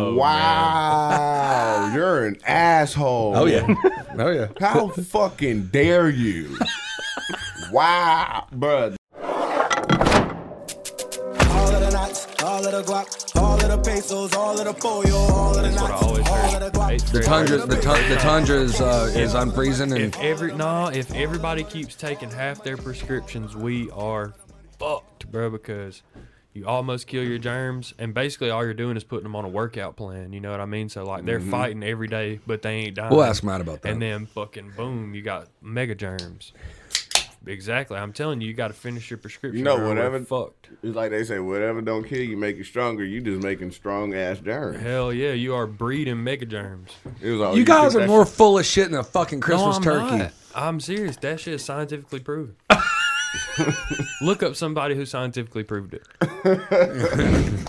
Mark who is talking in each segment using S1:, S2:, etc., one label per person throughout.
S1: Oh,
S2: Wow, you're an asshole.
S1: Oh yeah. Oh yeah.
S2: How fucking dare you? wow, bruh.
S3: All of the knots, all of the guac, all of the pesos, all of the pollo, all of the knots, all of the guac.
S4: The
S1: Tundra, the, tun- the tundra is uh, is I'm freezing and
S4: If every no, if everybody keeps taking half their prescriptions, we are fucked, bro. Because you almost kill your germs, and basically all you're doing is putting them on a workout plan. You know what I mean? So like they're fighting every day, but they ain't dying.
S1: Mm-hmm. We'll ask Matt about that.
S4: And then fucking boom, you got mega germs. Exactly. I'm telling you, you got to finish your prescription.
S2: You know,
S4: or we're
S2: whatever-
S4: Fucked.
S2: It's like they say, whatever don't kill you, make you stronger. You just making strong ass germs.
S4: Hell yeah, you are breeding mega germs.
S2: It was all,
S1: you guys
S2: think
S1: are
S2: that
S1: more full of shit than a fucking
S4: No,
S1: Christmas
S4: I'm
S1: turkey.
S4: not. I'm serious. That shit is scientifically proven. Look up somebody who scientifically proved it.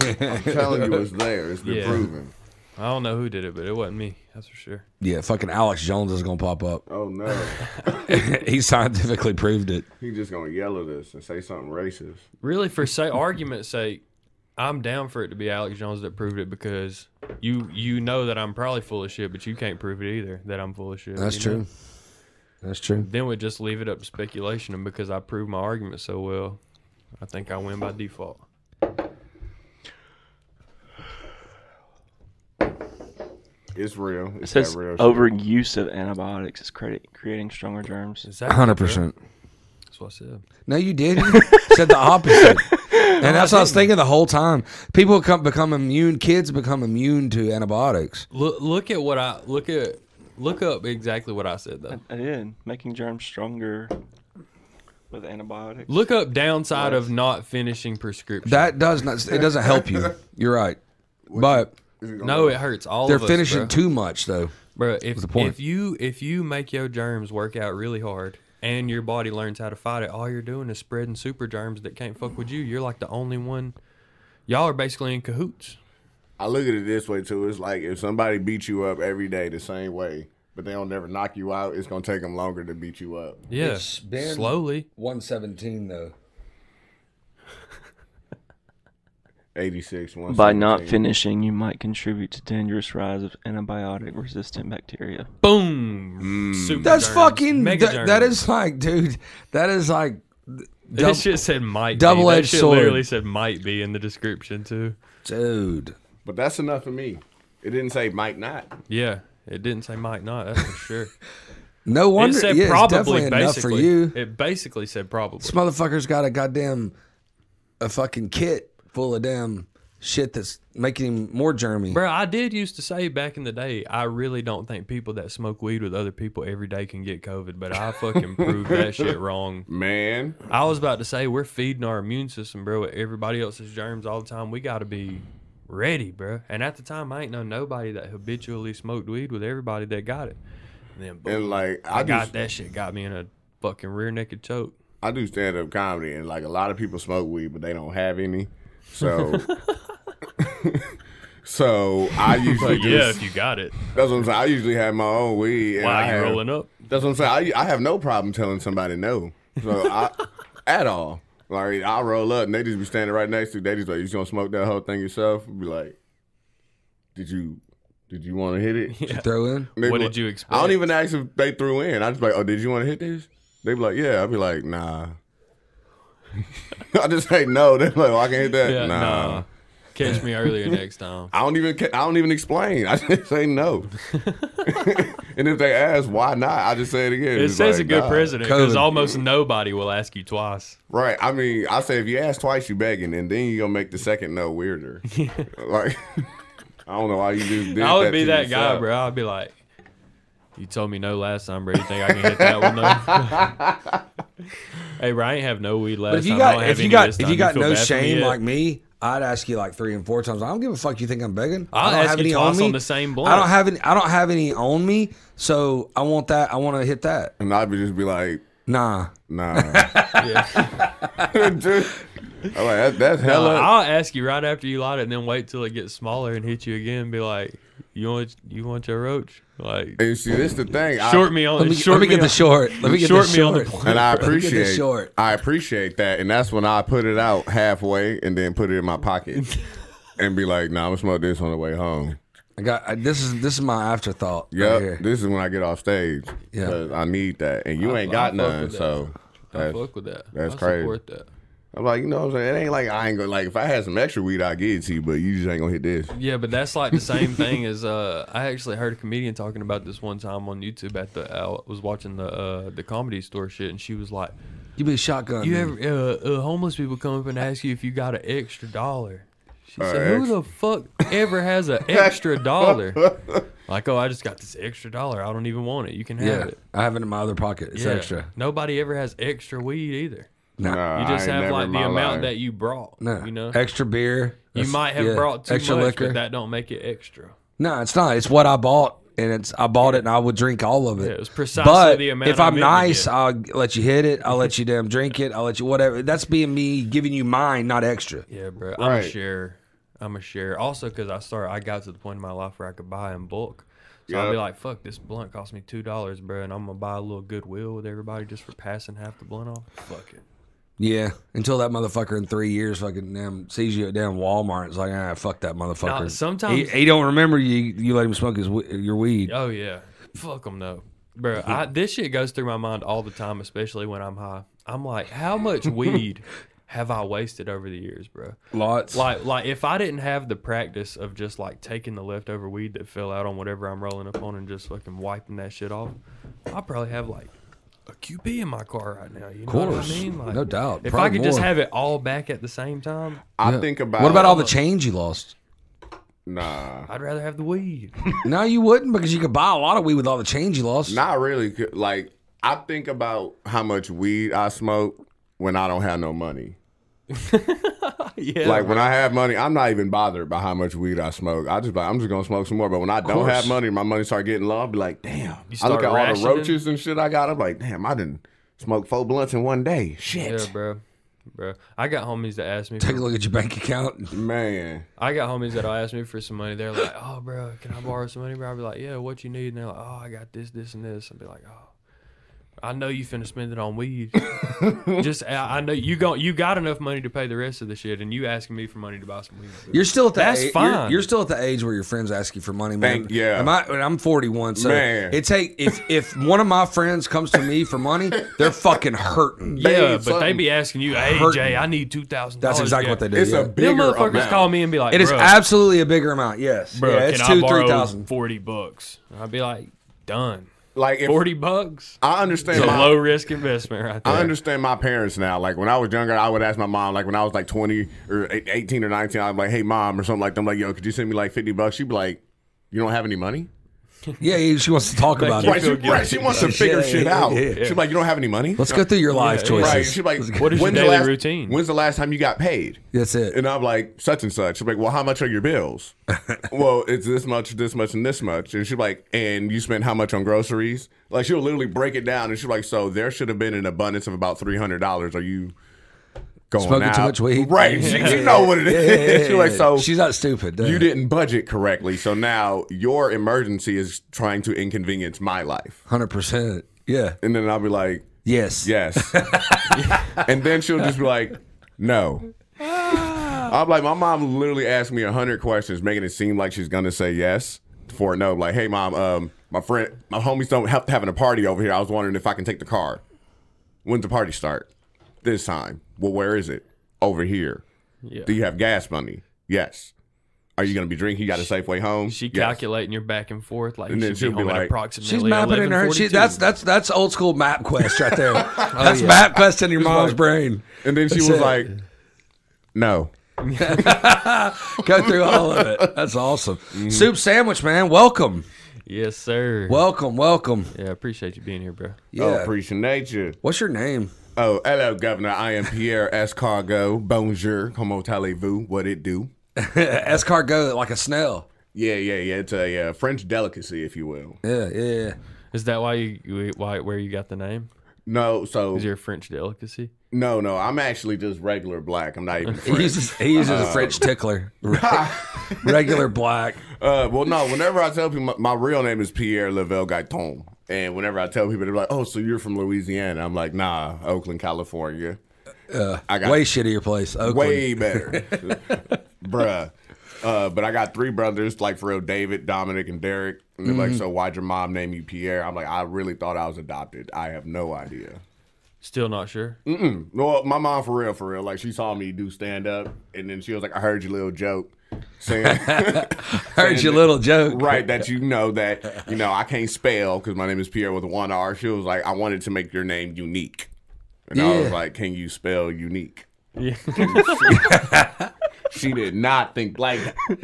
S2: shit I'm telling you it's there. It's been
S4: Yeah.
S2: proven.
S4: I don't know who did it, but it wasn't me. That's for sure.
S1: Yeah, fucking Alex Jones is gonna pop up.
S2: Oh no,
S1: he scientifically proved it.
S2: he just gonna yell at us and say something racist.
S4: Really, for say argument's sake, I'm down for it to be Alex Jones that proved it because you you know that I'm probably full of shit, but you can't prove it either that I'm full of shit.
S1: That's
S4: you know?
S1: true. That's true.
S4: Then we just leave it up to speculation, and because I proved my argument so well, I think I win by default.
S2: It's real. It's
S5: says
S2: that real. shit.
S5: overuse of antibiotics is credit, creating stronger germs.
S4: Is that
S1: Hundred percent.
S4: That's what I said.
S1: No, you didn't. Said the opposite. And that's what I was thinking the whole time. People come, become immune. Kids become immune to antibiotics.
S4: Look look at what I look at. Look up exactly what I said though.
S5: I did making germs stronger with antibiotics.
S4: Look up downside of not finishing prescription.
S1: That does not. It doesn't help you. You're right. But
S2: It's gonna-
S4: no, it hurts all
S1: they're
S4: of us,
S1: finishing
S4: bro.
S1: too much, though.
S4: Bro, if
S1: the point?
S4: if you if you make your germs work out really hard and your body learns how to fight it, all you're doing is spreading super germs that can't fuck with you. You're like the only one. Y'all are basically in cahoots.
S2: I look at it this way too. It's like if somebody beat you up every day the same way, but they don't never knock you out. It's gonna take them longer to beat you up.
S4: Yeah,
S1: It's been-
S4: slowly.
S1: One seventeen, though.
S2: Eighty six one.
S5: By not finishing, you might contribute to dangerous rise of antibiotic-resistant bacteria.
S4: Boom. Super
S1: That's
S4: germs.
S1: fucking.
S4: Mega
S1: That, that
S4: germs.
S1: is like, dude. That is like.
S4: That shit said might. be.
S1: double-edged
S4: That shit
S1: sword.
S4: Literally said might be in the description too.
S1: Dude.
S2: But that's enough for me. It didn't say might not.
S4: Yeah, it didn't say might not. That's for sure.
S1: No
S4: it
S1: wonder.
S4: said
S1: yeah, it's
S4: probably.
S1: definitely enough for
S4: Basically,
S1: you.
S4: it basically said probably.
S1: This motherfucker's got a goddamn a fucking kit full of damn shit that's making him more germy.
S4: Bro, I did used to say back in the day, I really don't think people that smoke weed with other people every day can get COVID, but I fucking proved that shit wrong.
S2: Man,
S4: I was about to say we're feeding our immune system, bro, with everybody else's germs all the time. We got to be ready, bro. And at the time, I ain't know nobody that habitually smoked weed with everybody that got it. And then boom,
S2: and like I,
S4: I got
S2: just,
S4: that shit got me in a fucking rear naked choke.
S2: I do stand up comedy, and like a lot of people smoke weed, but they don't have any. So, so I usually
S4: But yeah,
S2: just,
S4: if you got it,
S2: that's what I'm saying. I usually have my own weed. and I
S4: wow,
S2: have-
S4: you rolling up.
S2: That's what I'm saying. I, I have no problem telling somebody no, so I, at all. Like I roll up, and they just be standing right next to. You. They just like, "You just gonna smoke that whole thing yourself?" Be like, "Did you, did you want to hit it?"
S1: Throw in.
S2: They be
S4: What
S2: like-
S4: did you
S2: I
S4: expect?
S2: don't even ask if they threw in. I just be like, "Oh, did you want to hit this?" They be like, "Yeah." I be like, "Nah." I just say no. They be like, "Well, I can hit that."
S4: Yeah,
S2: nah.
S4: nah. Catch me earlier next time.
S2: I don't even. ca- I don't even explain. I just say no. and if they ask why not, I just say it again.
S4: It
S2: It's
S4: says
S2: like,
S4: a good
S2: nah.
S4: president because
S1: COVID.
S4: almost nobody will ask you twice.
S2: Right. I mean, I say if you ask twice, you begging, and then you gonna make the second no weirder. like, I don't know why you do. did
S4: I would be
S2: to
S4: that guy,
S2: yourself.
S4: bro. I'd be like, "You told me no last time, bro. You think I can hit that one though?" hey, bro, I ain't have no weed last
S1: But if you
S4: time. I don't
S1: got
S4: have
S1: if you
S4: any
S1: got
S4: this
S1: if
S4: time.
S1: you got
S4: feel
S1: no
S4: bad for me
S1: shame
S4: yet?
S1: like me, I'd ask you like three and four times. I don't give a fuck. You think I'm begging?
S4: I'll
S1: I don't
S4: ask
S1: have
S4: you
S1: any
S4: twice
S1: on me.
S4: on the same
S1: I
S4: blunt.
S1: don't have any. I don't have any on me. So I want that. I want to hit that.
S2: And I'd be just be like,
S1: Nah.
S2: nah. Dude. I'm like, that, that's
S4: Uh,
S2: hella.
S4: I'll ask you right after you light it, and then wait till it gets smaller and hit you again. And be like, "You want you want your roach? Like,
S2: and see, this the thing. I-
S4: short me on.
S1: Let me,
S4: short
S1: let me get
S4: on-
S1: the short. Let me get
S4: short
S1: the
S4: me on
S1: short.
S4: the plane.
S2: and I
S1: Let me get the
S2: appreciate.
S1: short.
S2: I appreciate that, and that's when I put it out halfway, and then put it in my pocket, and be like, nah, I'm gonna smoke this on the way home.
S1: I got I, this is this is my afterthought.
S2: Yep.
S1: right here.
S2: This is when I get off stage.
S1: Yeah.
S2: 'cause I need that, and you
S4: I-
S2: ain't
S4: I
S2: got
S4: fuck
S2: none.
S4: with that.
S2: So
S4: I
S2: that's-
S4: fuck with that.
S2: that's
S4: I
S2: crazy.
S4: Support that.
S2: I'm like, you know, what I'm saying it ain't like I ain't gonna like if I had some extra weed, I would give it to you, but you just ain't gonna hit this.
S4: Yeah, but that's like the same thing as uh, I actually heard a comedian talking about this one time on YouTube at the I was watching the uh, the comedy store shit, and she was like,
S1: You be shotgun.
S4: "You
S1: man.
S4: ever uh, uh, homeless people come up and ask you if you got an extra dollar?" She
S2: Uh,
S4: said, "Who the fuck ever has an extra dollar?" like, oh, I just got this extra dollar. I don't even want it. You can have
S1: yeah,
S4: it.
S1: I have it in my other pocket. It's
S4: Yeah.
S1: extra.
S4: Nobody ever has extra weed either.
S1: Nah.
S2: Nah,
S4: You
S2: I
S4: just
S2: ain't
S4: have
S2: never
S4: like
S2: in
S4: the
S2: my
S4: amount
S2: life.
S4: that you brought.
S1: Nah.
S4: You know,
S1: extra beer.
S4: you
S1: That's-
S4: might have
S1: yeah.
S4: brought too
S1: extra
S4: much,
S1: liquor.
S4: but that don't make it extra.
S1: No, it's not. It's what I bought, and it's I bought it, and I would drink all of it.
S4: Yeah, it was precisely
S1: but
S4: the amount
S1: If
S4: I
S1: I'm
S4: meant to
S1: nice,
S4: get.
S1: I'll let you hit it. I'll let you damn drink it. I'll let you whatever. That's being me giving you mine, not extra.
S4: Yeah, bro. I'm
S2: Right.
S4: a share. I'm a share. Also, because I started, I got to the point in my life where I could buy in bulk. So I'd be
S2: Yep.
S4: like, fuck, this blunt cost me $2, bro, and I'm going to buy a little Goodwill with everybody just for passing half the blunt off. Fuck it.
S1: Yeah, until that motherfucker in three years fucking damn sees you at damn Walmart. It's like ah, fuck that motherfucker.
S4: Nah, sometimes-
S1: he, he don't remember you. You let him smoke his we- your weed.
S4: Oh, yeah. Fuck them, though. Bro, I, this shit goes through my mind all the time, especially when I'm high. I'm like, how much weed have I wasted over the years, bro?
S1: Lots.
S4: Like, like if I didn't have the practice of just like taking the leftover weed that fell out on whatever I'm rolling up on and just fucking wiping that shit off, I probably have like a QB in my car right now. You know
S1: course.
S4: what I mean? Like,
S1: No doubt.
S4: If I
S1: Probably
S4: could just
S1: more.
S4: have it all back at the same time,
S2: I think about
S1: what about
S4: uh,
S1: all the change you lost?
S2: nah.
S4: I'd rather have the weed.
S1: No, you wouldn't because you could buy a lot of weed with all the change you lost.
S2: Not really. c- Like I think about how much weed I smoke when I don't have no money.
S4: yeah.
S2: like when I have money, I'm not even bothered by how much weed I smoke. I just be like I'm just gonna smoke some more. But when I don't
S1: course.
S2: have money, my money start getting low. I be like, damn.
S4: You
S2: I look
S4: start
S2: at all the
S4: rationing?
S2: roaches and shit I got. I'm like, damn, I didn't smoke four blunts in one day. Shit,
S4: yeah, bro. Bro, I got homies that ask me.
S1: Take a
S4: For,
S1: look at your bank account.
S2: man.
S4: I got homies that'll ask me for some money. They're like, "Oh, bro, can I borrow some money?" Bro, I'll be like, "Yeah, what you need?" And they're like, "Oh, I got this, this, and this." I'll be like, "Oh, I know you finna spend it on weed. Just I, I know you gon' you got enough money to pay the rest of the shit, and you asking me for money to buy some weed. bro.
S1: You're still at the
S4: That's
S1: a- you're- You're,
S4: fine.
S1: still at the age where your friends ask you for money, man.
S2: Thank- yeah.
S1: Am I, and I'm 41, so
S2: Man.
S1: it take if if one of my friends comes to me for money, they're fucking hurting.
S4: yeah,
S2: babe,
S4: but they
S2: something
S4: be asking you, "Hey,
S1: hurting.
S4: Jay, I need two thousand dollars."
S1: That's exactly what they do.
S2: It's
S1: yeah.
S2: a
S4: Them
S2: bigger
S4: motherfuckers
S2: amount.
S4: call me and be like,
S1: It is
S4: "Bruh,
S1: absolutely a bigger amount. Yes,
S4: bruh,
S1: yeah, it's
S4: can
S1: two
S4: I borrow
S1: three thousand.
S4: forty bucks?" And I'd be like, "Done,
S2: Like if
S4: forty bucks."
S2: I understand
S4: It's a
S2: my-
S4: low risk investment, right there.
S2: I understand my parents now. Like when I was younger, I would ask my mom. Like when I was like twenty or eight- eighteen or nineteen, I'm like, "Hey, mom," or something like that. I'm like, "Yo, could you send me like fifty bucks?" She'd be like, "You don't have any money."
S1: Yeah, yeah, she wants to talk about
S4: you
S2: Right?
S1: it.
S2: She,
S4: feel guilty.
S2: right, she wants to figure
S1: Yeah,
S2: shit
S1: yeah,
S2: out.
S1: yeah.
S2: She's like, "You don't have any money."
S1: Let's go through your life
S4: yeah,
S1: choices.
S4: yeah.
S2: Right? She's like,
S4: What is your
S2: "When's the
S4: daily
S2: last
S4: routine?"
S2: When's the last time you got paid?"
S1: That's it.
S2: And I'm like, "Such and such." She's like, "Well, how much are your bills?" well, it's this much, this much, and this much. And she's like, "And you spent how much on groceries?" Like she'll literally break it down, and she's like, "So there should have been an abundance of about three hundred dollars. Are you?" Going
S1: Smoking
S2: out?
S1: too much weed.
S2: right? She, you know what it is.
S1: Yeah, yeah, yeah,
S2: She's like,
S1: yeah.
S2: so
S1: she's not stupid.
S2: you
S1: yeah.
S2: didn't budget correctly, so now your emergency is trying to inconvenience my life.
S1: hundred percent. Yeah.
S2: And then I'll be like,
S1: Yes.
S2: Yes. and then she'll just be like, no.
S4: Ah.
S2: I'm like, my mom literally asked me a hundred questions, making it seem like she's gonna say yes for a no. Like, hey mom, um, my friend my homies don't have having a party over here. I was wondering if I can take the car. When's the party start? This time. Well, where is it? Over here.
S4: Yeah.
S2: Do you have gas money? Yes. Are you gonna be drinking? You got a safe way home?
S4: She
S2: Yes.
S4: calculating your back and forth like
S2: And
S4: you
S2: then
S4: should
S2: she'll
S4: be,
S2: be
S4: home at
S2: like-
S4: approximately
S1: She's mapping in her. She,
S4: 11:42.
S1: that's that's that's old school map quest right there.
S4: Oh,
S1: that's map quest in your mom's brain.
S2: And then she
S1: That's
S2: was
S1: it.
S2: like, No.
S1: Go through all of it. That's awesome.
S4: Mm-hmm.
S1: Soup sandwich, man. Welcome,
S4: yes, sir.
S1: welcome, welcome.
S4: yeah, I appreciate you being here, bro.
S1: Yeah.
S2: Oh, appreciate nature.
S1: What's your name?
S2: Oh, hello, Governor. I am Pierre Escargo. Bonjour. Como talez-vous? What it do?
S1: Escargot, like a snail.
S2: Yeah, yeah, yeah. It's a uh, French delicacy, if you will.
S1: Yeah, yeah. yeah.
S4: Is that why you- you why where you got the name?
S2: No, so
S4: Is your French delicacy?
S2: no, no. I'm actually just regular black. I'm not even
S1: He
S2: French.
S1: uses he uses a French tickler. Regular black.
S2: uh, well, no. Whenever I tell people my, my real name is Pierre Lavelle Gaiton, and whenever I tell people, they're like, "Oh, so you're from Louisiana?" I'm like, "Nah, Oakland,
S4: Uh,
S2: California." I got
S1: Way shittier place. Oakland.
S2: way better, bruh. Uh, but I got three brothers, like for real, David, Dominic, and Derek. And they're like, so why'd your mom name you Pierre? I'm like, I really thought I was adopted. I have no idea.
S4: Still not sure.
S2: Mm. Well, my mom for real, for real. Like she saw me do stand up, and then she was like, I heard your little joke. Saying,
S1: Heard your little joke.
S2: right, that you know that, you know, I can't spell because my name is Pierre with one R. She was like, I wanted to make your name unique. And I was
S1: Yeah.
S2: like, can you spell unique?
S4: Yeah.
S2: She did not think, like,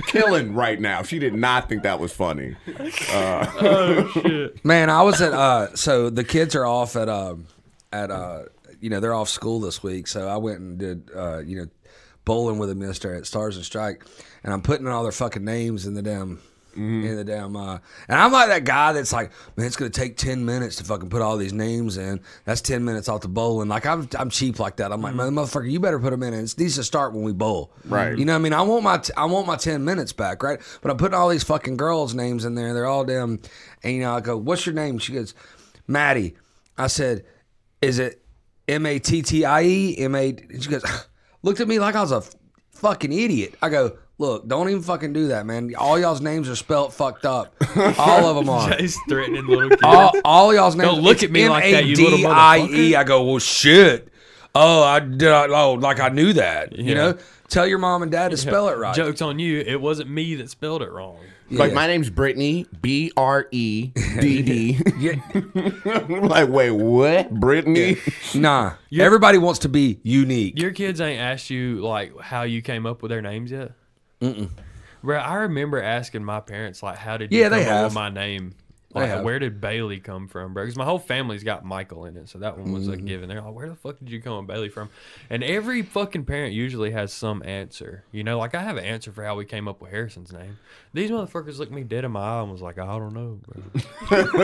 S2: killing right now. She did not think that was funny.
S1: Man, I was at uh so the kids are off at uh at uh you know, they're off school this week, so I went and did uh, you know, bowling with them yesterday at Stars and Strike and I'm putting all their fucking names in the damn in the damn uh and I'm like that guy that's like, Man, it's gonna take ten minutes to fucking put all these names in. That's ten minutes off the bowling. Like I'm I'm cheap like that. I'm like, "Man, motherfucker, you better put them in and it needs to start when we bowl.
S2: Right.
S1: You know what I mean? I want my t- I want my ten minutes back, right? But I'm putting all these fucking girls' names in there. They're all damn. And you know, I go, "What's your name?" She goes, "Maddie." I said, "Is it M A T T I E M A?" and She goes, looked at me like I was a f- fucking idiot. I go. Look, don't even fucking do that, man. All y'all's names are spelt fucked up. All of them are.
S4: He's threatening little kids.
S1: All, all y'all's names.
S4: Don't look
S1: it's
S4: at me like that, you little
S1: M-A-D-I-E.
S4: motherfucker.
S1: I go, well, shit. Oh, I did. I, oh, like I knew that. You
S4: Yeah.
S1: know, tell your mom and dad to spell it right.
S4: Joke's on you. It wasn't me that spelled it wrong.
S2: Like,
S1: Yeah.
S2: my name's Brittany, B R E D D.
S1: Yeah,
S2: Like, wait, what? Brittany?
S1: nah. Everybody wants to be unique.
S4: Your kids ain't asked you like how you came up with their names yet. Mm. Bro, I remember asking my parents like, "How did you
S1: Yeah,
S4: come
S1: they
S4: up
S1: have.
S4: with my name?
S1: They
S4: Like,
S1: have.
S4: where did Bailey come from, bro? Because my whole family's got Michael in it, so that one was
S1: Mm-hmm.
S4: a given. They're like, "Where the fuck did you come with Bailey from?" And every fucking parent usually has some answer. You know, like I have an answer for how we came up with Harrison's name. These motherfuckers looked me dead in my eye and was like, "I don't know, bro.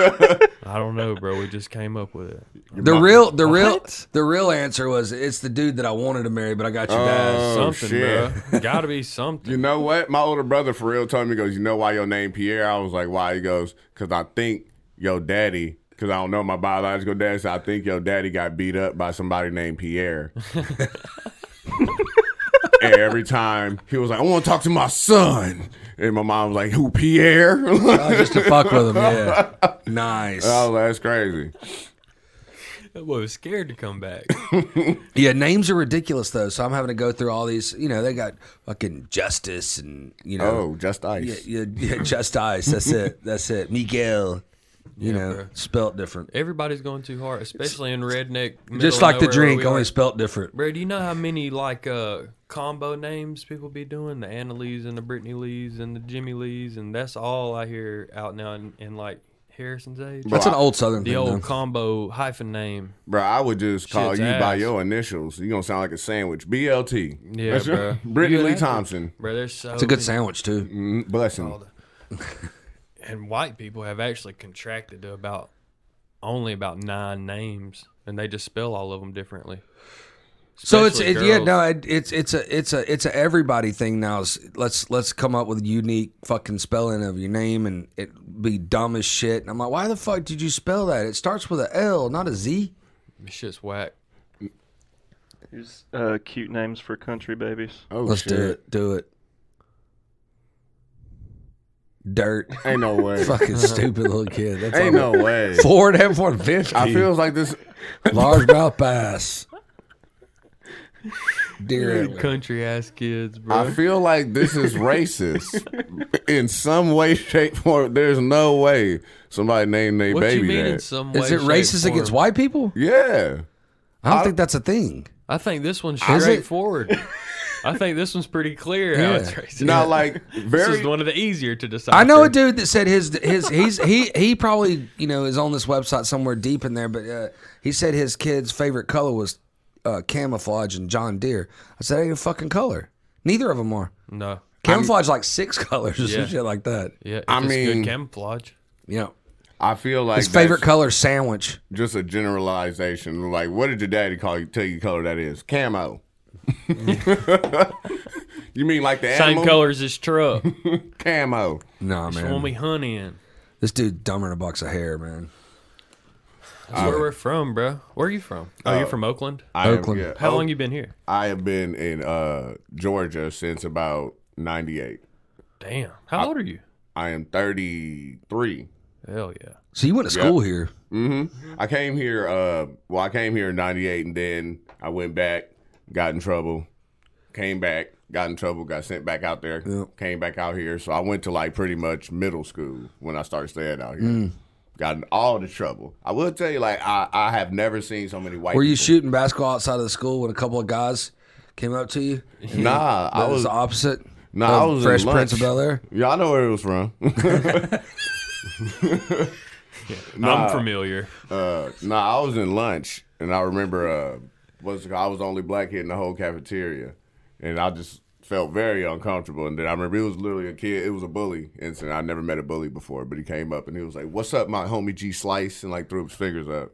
S4: I don't know, bro. We just came up with it."
S1: The real, the real,
S4: What?
S1: the real answer was it's the dude that I wanted to marry, but I got you guys.
S2: Oh,
S4: something,
S2: shit.
S4: bro. Gotta be something.
S2: You know what? My older brother for real told me, he goes, You know why your name Pierre? I was like, Why? He goes, Because I think your daddy, because I don't know my biological dad, so I think your daddy got beat up by somebody named Pierre. and every time he was like, I want to talk to my son. And my mom was like, Who, Pierre? I
S1: Oh, just to fuck with him. Yeah, nice.
S2: was like, That's crazy.
S4: That boy was scared to come back.
S1: Yeah, names are ridiculous though, so I'm having to go through all these. You know, they got fucking justice and you know,
S2: Oh, just ice.
S1: yeah, yeah, yeah, just ice. That's it. That's it. Miguel, you know, spelt different.
S4: Everybody's going too hard, especially in redneck. middle
S1: Just like the
S4: nowhere where
S1: drink,
S4: we
S1: only
S4: are.
S1: spelt different.
S4: Bro, do you know how many like uh combo names people be doing? The Anna Lees and the Brittany Lees and the Jimmy Lees, and that's all I hear out now in, in like Harrison's age.
S1: That's an old Southern
S4: the
S1: thing.
S4: old
S1: though.
S4: combo hyphen name.
S2: Bro, I would just call
S4: Shit's
S2: you by
S4: ass.
S2: your initials. You're going to sound like a sandwich. BLT.
S4: Yeah,
S2: That's your-
S4: bro.
S2: Brittany
S4: You
S2: Lee
S4: have to.
S2: Thompson.
S4: Bro, there's so
S1: It's a good
S4: many-
S1: sandwich too.
S2: Mm, Bless him.
S4: and white people have actually contracted to about only about nine names, and they just spell all of them differently.
S1: So it's it,
S4: Especially
S1: yeah
S4: girls.
S1: no it, it's it's a it's a it's a everybody thing now. Is let's let's come up with unique fucking spelling of your name and it be dumb as shit. And I'm like, why the fuck did you spell that? It starts with a L, not a Z.
S4: This shit's whack.
S5: Here's uh, cute names for country babies.
S2: Oh,
S1: Let's
S2: shit.
S1: do it. Do it. Dirt.
S2: Ain't no way.
S1: Fucking stupid little kid. That's
S2: Ain't no way.
S1: Ford F one fifty.
S2: I feels like this.
S1: large mouth bass. Dear antler.
S4: Country ass kids, bro.
S2: I feel like this is racist in some way, shape, form. There's no way somebody named their
S4: what you
S2: baby
S4: mean in
S2: that.
S4: some way?
S1: Is it
S4: shape,
S1: racist
S4: form?
S1: against white people?
S2: yeah,
S1: I don't think that's a thing.
S4: I think this one's
S1: Is it?
S4: straightforward. I think this one's pretty clear how
S1: Yeah.
S4: it's racist.
S2: not like
S4: this
S2: very.
S4: is one of the easier to decide.
S1: I know a dude that said his his he's he he probably you know is on this website somewhere deep in there, but uh, he said his kid's favorite color was uh, camouflage and John Deere. I said, ain't a fucking color. Neither of them are.
S4: No.
S1: Camouflage is like six colors or some
S4: Yeah.
S1: shit like that.
S4: Yeah. It's
S2: I
S4: just
S2: mean-
S4: good camouflage.
S1: Yeah.
S2: I feel like
S1: His favorite
S2: that's
S1: color sandwich.
S2: just a generalization. Like, what did your daddy call you? Tell you color that is camo. you mean like the
S4: Same
S2: animal
S4: color as his truck. the
S2: camo?
S1: Nah,
S4: one we
S1: man.
S4: hunt in.
S1: This dude's dumber than a box of hair, man.
S4: That's where we're from, bro. Where are you from? Oh, you're from Oakland.
S2: Uh, I am-
S1: Oakland.
S2: yeah. Oh,
S4: How
S2: Oak-
S4: long you been here?
S2: I have been in uh, Georgia since about '98.
S4: Damn. How old are you?
S2: I am 33.
S4: Hell yeah.
S1: So you went to school here.
S2: hmm I came here. Uh, well, I came here in '98, and then I went back, got in trouble, came back, got in trouble, got sent back out there,
S1: Yep.
S2: came back out here. So I went to like pretty much middle school when I started staying out here.
S1: Mm.
S2: Got in all the trouble. I will tell you, like I, I have never seen so many white.
S1: Were you
S2: people.
S1: shooting basketball outside of the school when a couple of guys came up to you?
S2: Nah, I
S1: That was
S2: was.
S1: the opposite.
S2: Nah, I
S1: of
S2: was in
S1: Fresh Prince
S2: lunch.
S1: of Bel Air.
S2: Y'all know where it was from.
S4: I'm familiar.
S2: Uh, nah, I was in lunch, and I remember uh, what's it called? I was the only black kid in the whole cafeteria, and I just felt very uncomfortable. And then I remember it was literally a kid. It was a bully incident. I never met a bully before, but he came up and he was like, "What's up, my homie G Slice?" and like threw his fingers up,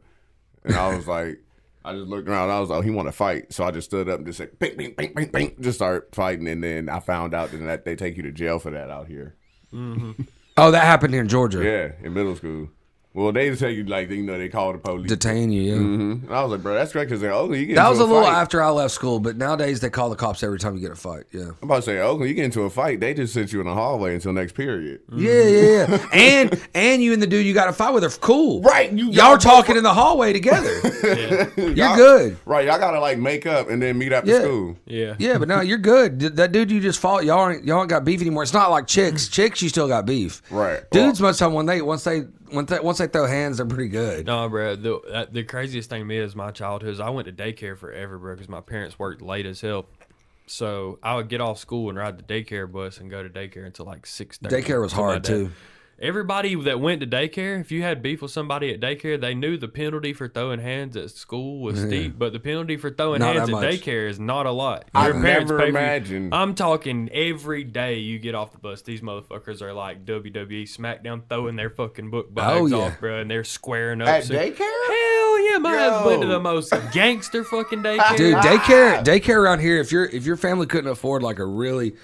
S2: and I was like. I just looked around. I was like, "Oh, "He want to fight," so I just stood up and just said, "Bing, bing, bing, bing, bing," just start fighting. And then I found out that they take you to jail for that out here.
S1: Oh, that happened here in Georgia.
S2: Yeah, in middle school. Well, they just tell you like you know they call the police.
S1: Detain you. Yeah.
S2: Mhm. And I was like, bro, that's correct because in Oakland, you get
S1: That
S2: into
S1: was a little
S2: fight.
S1: after I left school, but nowadays they call the cops every time you get in a fight. Yeah.
S2: I'm about to say, Oakland, you get into a fight, they just sit you in the hallway until next period.
S1: Yeah, yeah, yeah. and and you and the dude you got to fight with are cool.
S2: Right, you-
S1: You, all are talking in the hallway together. You're
S2: Y'all-
S1: good.
S2: Right, y'all gotta like make up and then meet after
S1: Yeah.
S2: school.
S4: Yeah.
S1: Yeah, but no, you're good. D- That dude you just fought, y'all ain't, y'all ain't got beef anymore. It's not like chicks. Chicks, you still got beef.
S2: Mm. Right.
S1: Dudes, most time when they once they once they, once they throw hands, they're pretty good.
S4: No, bro. The uh, the craziest thing to me is my childhood. Is I went to daycare forever, bro, because my parents worked late as hell. So I would get off school and ride the daycare bus and go to daycare until like six thirty.
S1: Daycare was hard too.
S4: Everybody that went to daycare, if you had beef with somebody at daycare, they knew the penalty for throwing hands at school was steep, but the penalty for throwing
S1: Not
S4: hands
S1: that
S4: at
S1: much.
S4: daycare is not a lot.
S2: I've
S4: parents
S2: never
S4: pay for you-
S2: imagined.
S4: I'm talking every day you get off the bus, these motherfuckers are like WWE SmackDown throwing their fucking book bags
S1: Oh, yeah.
S4: off, bro, and they're squaring up.
S2: At
S4: So-
S2: daycare?
S4: Hell yeah, my ass went to
S2: Yo.
S4: the most gangster fucking daycare.
S1: Dude, daycare daycare around here, if your if your family couldn't afford like a really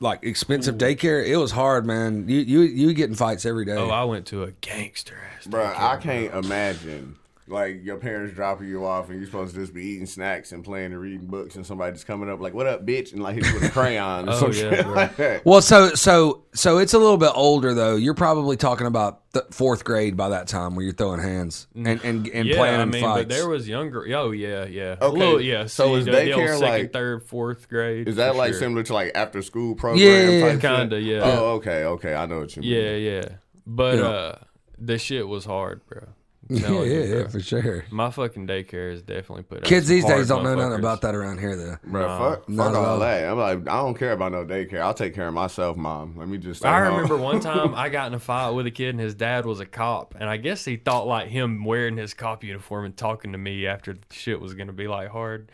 S1: like expensive daycare, it was hard, man. You you you would get in fights every day.
S4: Oh, I went to a gangster ass.
S2: Bro, I can't imagine. Like your parents dropping you off and you're supposed to just be eating snacks and playing and reading books and somebody just coming up like, What up, bitch? and like hit you with a crayon or
S4: Oh,
S2: some
S4: yeah,
S2: shit
S4: bro.
S2: like that.
S1: well, so so so it's a little bit older though. You're probably talking about th- fourth grade by that time where you're throwing hands and and, and
S4: Mm. Yeah,
S1: playing
S4: I
S1: in
S4: mean,
S1: fights.
S4: but there was younger. Oh yeah, yeah. A
S2: Okay,
S4: little, yeah.
S2: so
S4: see,
S2: is
S4: the- the old
S2: daycare
S4: second,
S2: like-
S4: third, fourth grade?
S2: Is that
S4: for
S2: like
S4: sure.
S2: similar to like after school program
S1: Yeah,
S2: type shit?
S4: Kinda, yeah.
S2: Oh, okay, okay. I know what you mean.
S4: Yeah, yeah. But
S1: Yeah.
S4: uh, the shit was hard, bro. I'm
S1: yeah,
S4: telling you,
S1: yeah, yeah,
S4: bro.
S1: for sure.
S4: My fucking daycare is definitely put. out
S1: Kids
S4: some
S1: these days
S4: hard
S1: don't know nothing
S4: motherfuckers.
S1: about that around here though.
S2: Bro, fuck,
S1: not
S2: fuck
S1: at all.
S2: all that. I'm like, I don't care about no daycare. I'll take care of myself, mom. Let me just. Stay
S4: I
S2: home.
S4: remember one time I got in a fight with a kid and his dad was a cop, and I guess he thought like him wearing his cop uniform and talking to me after the shit was gonna be like hard,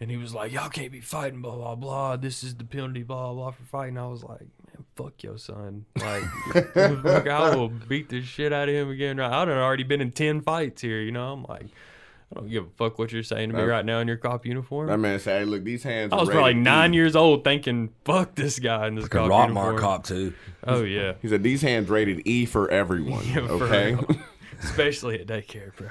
S4: and he was like, "Y'all can't be fighting, blah blah blah. This is the penalty, blah blah for fighting." I was like, "Man, fuck your son. Like, motherfucker, I will beat the shit out of him again. Right? I done already been in ten fights here. You know, I'm like, I don't give a fuck what you're saying to me right now in your cop uniform."
S2: That man said, hey, look, these hands.
S4: I was
S2: are rated
S4: probably
S2: E.
S4: nine years old, thinking, "Fuck this guy in this
S1: A
S4: cop
S1: Rottmeier
S4: uniform."
S1: cop too.
S4: Oh yeah.
S2: He said, these hands rated E for everyone.
S4: Yeah, for
S2: okay.
S4: real. Especially at daycare, bro.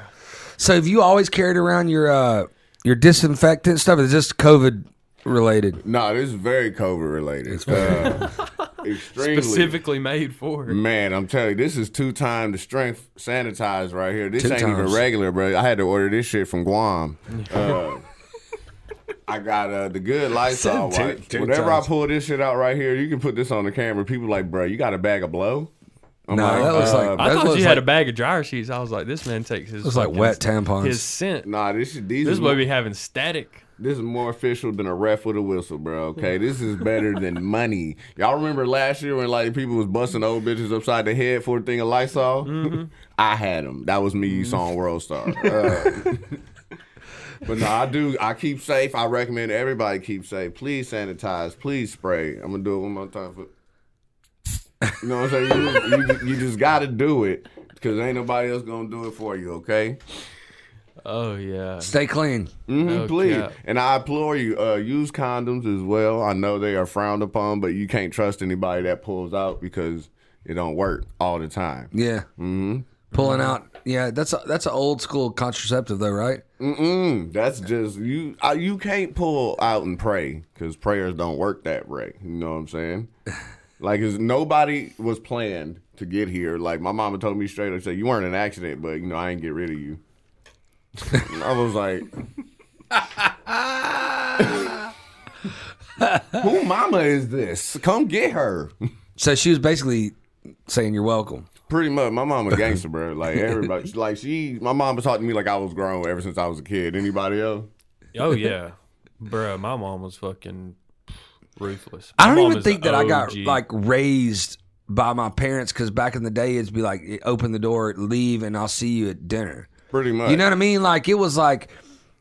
S1: So have you always carried around your uh your disinfectant stuff? Is this COVID related?
S2: no, this is very COVID related. Uh, extremely.
S4: Specifically made for
S1: Mm.
S4: it.
S2: Man, I'm telling you, this is two time the strength sanitized right here. This
S1: Two
S2: ain't even
S1: times.
S2: regular, bro. I had to order this shit from Guam. Uh, I got uh, the good Lysol
S1: Two-
S2: wipes.
S1: two
S2: Whenever
S1: times.
S2: I pull this shit out right here, you can put this on the camera. People like, bro, you got a bag of blow? I'm
S1: No, that looks like-
S4: I
S1: That
S4: thought you
S1: looks
S4: had
S1: like-
S4: a bag of dryer sheets. I was like, this man takes his.
S1: Looks like
S4: fucking-
S1: wet tampons.
S4: His scent.
S2: Nah, this is these
S4: This
S2: is
S4: is why we having static.
S2: This is more official than a ref with a whistle, bro. Okay, this is better than money. Y'all remember last year when like people was busting old bitches upside the head for a thing of Lysol? I had them. That was me, you song world star. Uh, but no, I do. I keep safe. I recommend everybody keep safe. Please sanitize. Please spray. I'm gonna do it one more time. For, you know what I'm saying? You, you, you just gotta do it because ain't nobody else gonna do it for you. Okay.
S4: Oh yeah.
S1: Stay clean.
S2: Mhm,
S4: No
S2: please.
S4: cap.
S2: And I implore you, uh, use condoms as well. I know they are frowned upon, but you can't trust anybody that pulls out because it don't work all the time.
S1: Yeah. Mm-hmm. Pulling
S4: Uh-huh.
S1: out. Yeah, that's a, that's an old school contraceptive though, right?
S2: Mm-mm, that's just you. Uh, you can't pull out and pray because prayers don't work that way. You know what I'm saying? Like, is nobody was planned to get here. Like, my mama told me straight up, she said, You weren't in an accident, but, you know, I ain't get rid of you. And I was like, Who mama is this? Come get her.
S1: So she was basically saying you're welcome.
S2: Pretty much, my mama gangster, bro. Like everybody, like she, my mama taught me like I was grown ever since I was a kid. Anybody else?
S4: Oh yeah, bruh, My mom was fucking ruthless.
S1: I
S4: My
S1: don't
S4: mom
S1: even
S4: is the
S1: think that I got
S4: OG.
S1: like raised by my parents because back in the day it'd be like open the door, leave, and I'll see you at dinner.
S2: Pretty much.
S1: You know what I mean? Like it was like,